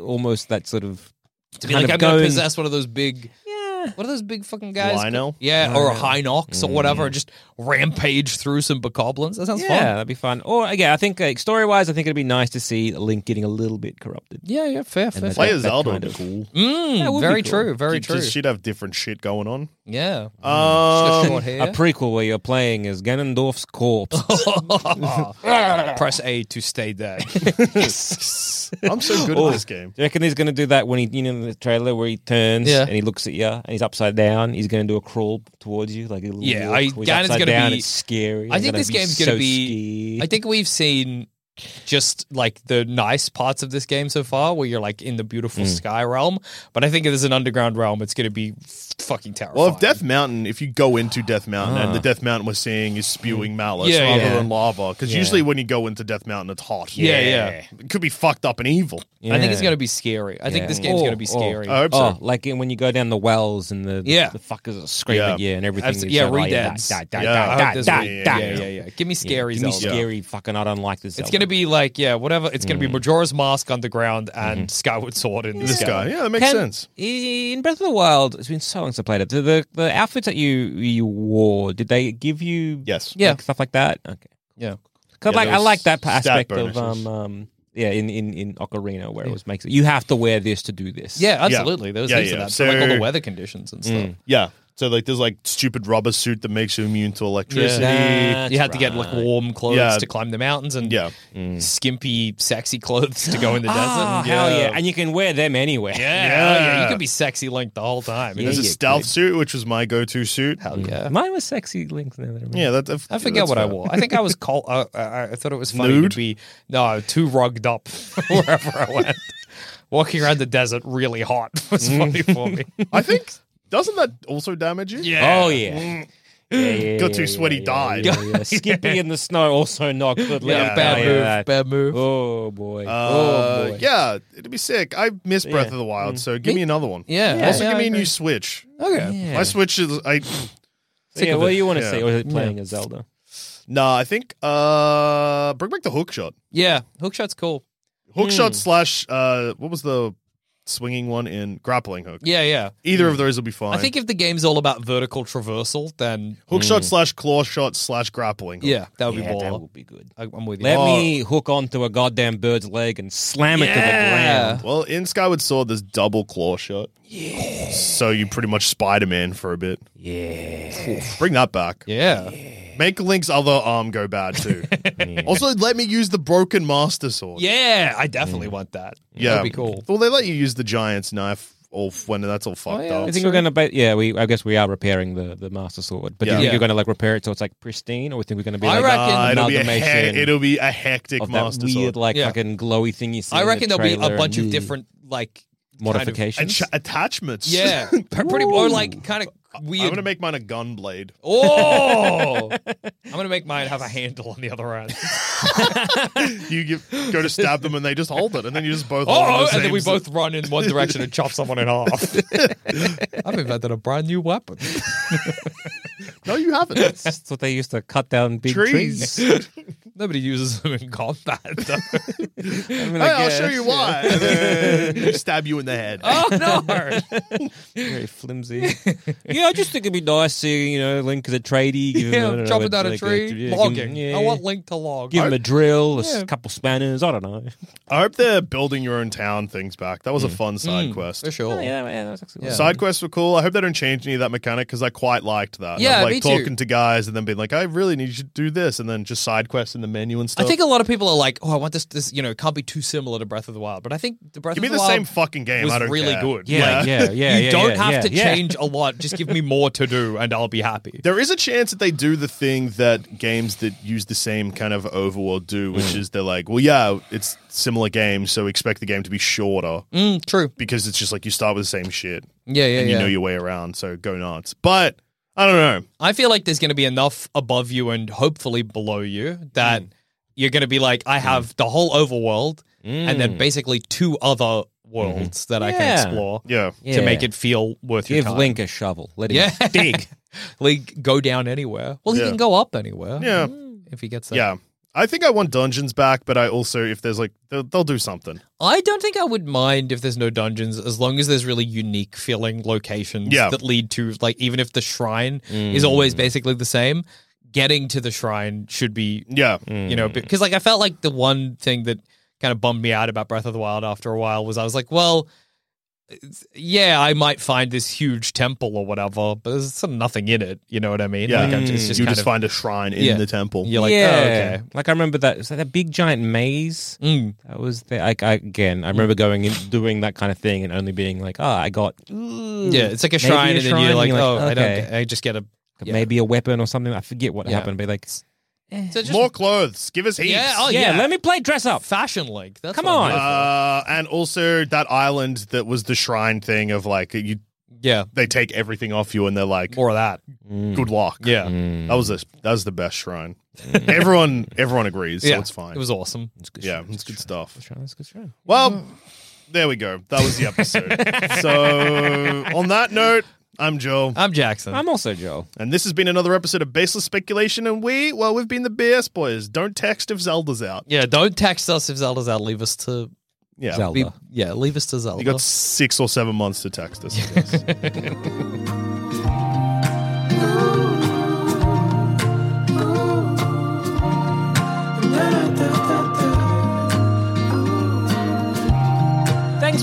almost that sort of
To be
kind
like,
of
I'm going
going-
to possess one of those big.
yeah,
What are those big fucking guys?
Lino?
Yeah, or a Hinox or whatever. Just rampage through some bokoblins. That sounds
Yeah,
fun.
that'd be fun. Or again, I think like, story wise, I think it'd be nice to see Link getting a little bit corrupted.
Yeah, yeah, fair, fair.
that-
fair.
Play
that
as Zelda
kind
would be
of-
cool.
Mm,
That would be
very
cool.
true, very
She-
true. Mm.
She'd have different shit going on.
yeah. She's got
Um,
short hair.
A prequel where you're playing as Ganondorf's corpse.
Press A to stay there.
I'm so good
Oh.
at this game.
Do you reckon he's going to do that when he, you know, in the trailer where he turns
Yeah.
and he looks at you and he's upside down? He's going to do a crawl towards you, like a little walk
Yeah, I-
where he's
that is
upside
gonna
down.
be-
It's scary.
I
I'm
think
gonna
this
be
game's
so
gonna be.
scared.
I think we've seen just like the nice parts of this game so far, where you're like in the
Mm.
beautiful sky realm. But I think if there's an underground realm, it's going to be f- fucking terrifying.
Well, if Death Mountain, if you go into Death Mountain and the Death Mountain we're seeing is spewing malice
Yeah,
rather
yeah.
than lava, because
Yeah.
usually when you go into Death Mountain, it's hot.
Yeah, yeah.
It could be fucked up and evil.
I think it's
Yeah.
going to be scary. I think
Yeah.
this game's
Or-
going to be
or-
scary.
I hope so.
Oh, like in- when you go down the wells and the, the-
Yeah.
the, fuckers are screaming at
Yeah.
you and everything.
Abs-
It's
yeah,
like, oh,
rededs.
die, die, die,
Yeah,
die,
I
I hope
die,
this
die,
will be-
die.
yeah, yeah, yeah, Give me scary
Give me
Zelda.
scary Mm. fucking. I don't like this.
It's
Zelda.
going to be like, yeah, whatever. It's going to be Majora's Mask underground and
Mm-hmm.
Skyward Sword in the
This
sky.
guy, yeah, that makes
Can-
sense.
In Breath of the Wild, it's been so long since I played it. The, the, the outfits that you you wore, did they give you
Yes.
Yeah.
like, stuff like that? Okay.
Yeah.
Because
Yeah,
like I
those
like that
stat
aspect of um,
bonuses.
um yeah in in in Ocarina where it was makes it you have to wear this to do this
Yeah, absolutely. There was
Yeah,
heaps of
yeah.
that. So, like all the
So-
weather conditions
Mm.
and stuff.
Yeah. So like, there's like stupid rubber suit that makes you immune to electricity.
That's
you had to get like
right. Mm.
warm clothes
Yeah.
to climb the mountains and
Yeah.
skimpy, sexy clothes to go in the
Ah,
desert. Oh,
hell yeah.
Yeah.
and you can wear them anywhere
Yeah,
Yeah.
hell yeah. You could be sexy Link the whole time.
Yeah,
There's a
yeah,
stealth
great.
suit, which was my go-to suit. Mm.
Hell yeah.
mine was sexy links now that I remember.
Yeah, that, that-
I forget
that's
what I
fair.
wore. I think I was col- uh, I, I thought it was funny
Nude?
to be no too rugged up wherever I went. Walking around the desert really hot was funny for me.
I think doesn't that also damage you?
oh yeah. Yeah, yeah,
Mm. Got
yeah,
too
yeah,
sweaty,
yeah,
died.
yeah, yeah. Skippy in the snow also not good. Let
Yeah,
me
bad
tell you
move.
that.
Bad move.
Oh boy.
Uh,
oh boy.
yeah, it'd be sick. I miss Breath of the Wild, so give me another one.
Mm. Yeah. yeah,
Also,
yeah,
give me
I
a new
agree.
Switch.
Okay.
Yeah.
My Switch is I.
So, yeah, what do you want to
Yeah.
see? Or is it playing a Zelda?
Nah, I think uh, bring back the hook shot.
Yeah. Hookshot's cool.
Hook
Hmm.
shot slash uh, what was the swinging one in grappling hook?
Yeah, yeah.
Either of those will be fine.
I think if the game's all about vertical traversal, then
hook shot slash claw shot slash grappling. Hook.
yeah, that would
yeah,
be
that
more.
would be good.
I- I'm with you.
Let me hook onto a goddamn bird's leg and slam it
Yeah.
to the ground.
Well, in Skyward Sword, there's double claw shot. Yeah. So you pretty much Spider Man for a bit. Yeah. Bring that back.
Yeah.
Make Link's other arm go bad too. Also, let me use the broken Master Sword.
Yeah, I definitely want that. That'd be cool. Oh,
Well, they let you use the giant's knife all f- when that's all fucked
yeah,
up.
I think we're gonna, ba- yeah, we. I guess we are repairing the, the master sword, but do
Yeah.
you think
Yeah.
you're gonna like repair it so it's like pristine, or we think we're gonna be
I
like
reckon-
Uh, it'll be a
amalgamation
he- it'll be a hectic
of that
Master
weird,
Sword.
like
Yeah.
fucking glowy thing you see?
I
in
reckon
the
there'll be a
trailer
bunch
and
of
the
different like kind of-
modifications.
Atch- attachments.
yeah, p- pretty or like kind of weird.
I'm gonna make mine a gun blade.
oh, I'm gonna make mine have a handle on the other end.
You give, go to stab them and they just hold it, and then you just both. hold
Oh,
the
and then
same
we
s-
both run in one direction and chop someone in half. I've invented a brand new weapon.
No, you haven't.
That's what they used to cut down big trees.
Trees.
Nobody uses them in combat. though.
I mean,
Hey,
I
I'll show
guess,
you
yeah.
why. And then you stab you in the head.
oh no!
Very flimsy. yeah, I just think it'd be nice seeing you know Link as a tradie. Give him, I don't
Yeah,
know,
chopping down a
like
tree,
yeah, give him-
logging.
yeah.
I want Link to log.
Give him a drill, a s-
Yeah.
couple spanners. I don't know.
I hope they're building your own town things back. That was a fun side quest.
Hmm. for sure.
Oh, yeah, yeah, that's actually yeah.
Side quests were cool. I hope they don't change any of that mechanic because I quite liked that.
Yeah,
Of, like
me too.
talking to guys and then being like, I really need you to do this, and then just side quests in the menu and
I
stuff.
think a lot of people are like, "Oh, I want this. This, you know, it can't be too similar to Breath of the Wild." But I think the Breath
give
of
me
the,
the
Wild
same fucking game.
was
I don't
really
care.
good.
Yeah,
Like,
yeah, yeah,
you
yeah,
don't
yeah,
have
yeah,
to
yeah.
change a lot. Just give me more to do, and I'll be happy.
There is a chance that they do the thing that games that use the same kind of overworld do, which
Hmm.
is they're like, well, yeah, it's similar game, so expect the game to be shorter
Mm, true.
because it's just like you start with the same shit
Yeah, yeah,
and
yeah.
you know your way around, so go nuts. But I don't know.
I feel like there's going to be enough above you and hopefully below you that you're going to be like, I have the whole overworld, and then basically two other Mm. Mm-hmm. worlds that I can
Yeah.
explore
Yeah.
to
Yeah.
make it feel worth
Give
your time.
Link a shovel. Let him
yeah,
dig.
Link go down anywhere. Well, he
Yeah.
can go up anywhere. Mm.
Yeah.
if he gets there.
Yeah. I think I want dungeons back, but I also if there's like they'll, they'll do something.
I don't think I would mind if there's no dungeons as long as there's really unique feeling locations
Yeah. Mm.
that lead to like even if the shrine is always basically the same, getting to the shrine should be
Yeah,
you
Mm.
know because like I felt like the one thing that kind of bummed me out about Breath of the Wild after a while was I was like, well, it's- yeah, I might find this huge temple or whatever, but there's sort of nothing in it. You know what I mean?
yeah.
like, I'm just- it's
you
kind
just
of-
find a shrine in
Yeah.
the temple.
You're like,
yeah.
oh, okay.
Like I remember that. Was that that big giant maze?
Mm.
That was the like I, again. I remember going and doing that kind of thing and only being like, ah, I got
mm. Yeah, it's like a
Maybe
shrine,
a
and then
shrine,
you're like,
you're
oh,
like,
I
okay.
don't, I just get a. Yeah.
maybe a weapon or something. I forget what
Yeah.
happened, but like,
So just-
More clothes. Give us heaps.
Yeah, oh,
yeah,
yeah.
let me play dress up.
fashion link. That's
Come
what I'm
on.
here for.
Uh, and also that island that was the shrine thing of like you
yeah,
they take everything off you and they're like
more of that.
good luck.
Yeah, Mm.
That was the that was the best shrine. everyone everyone agrees, so
yeah,
it's fine.
It was awesome.
yeah, it's good stuff.
Let's try, let's go try.
Well, there we go. That was the episode. so on that note, I'm Joel.
I'm Jackson.
I'm also Joe.
And this has been another episode of Baseless Speculation, and we, well, we've been the BS boys. Don't text if Zelda's out.
yeah, don't text us if Zelda's out. Leave us to
Yeah.
Zelda.
be, yeah, leave us to Zelda.
You got six or seven months to text us. I guess.
Thanks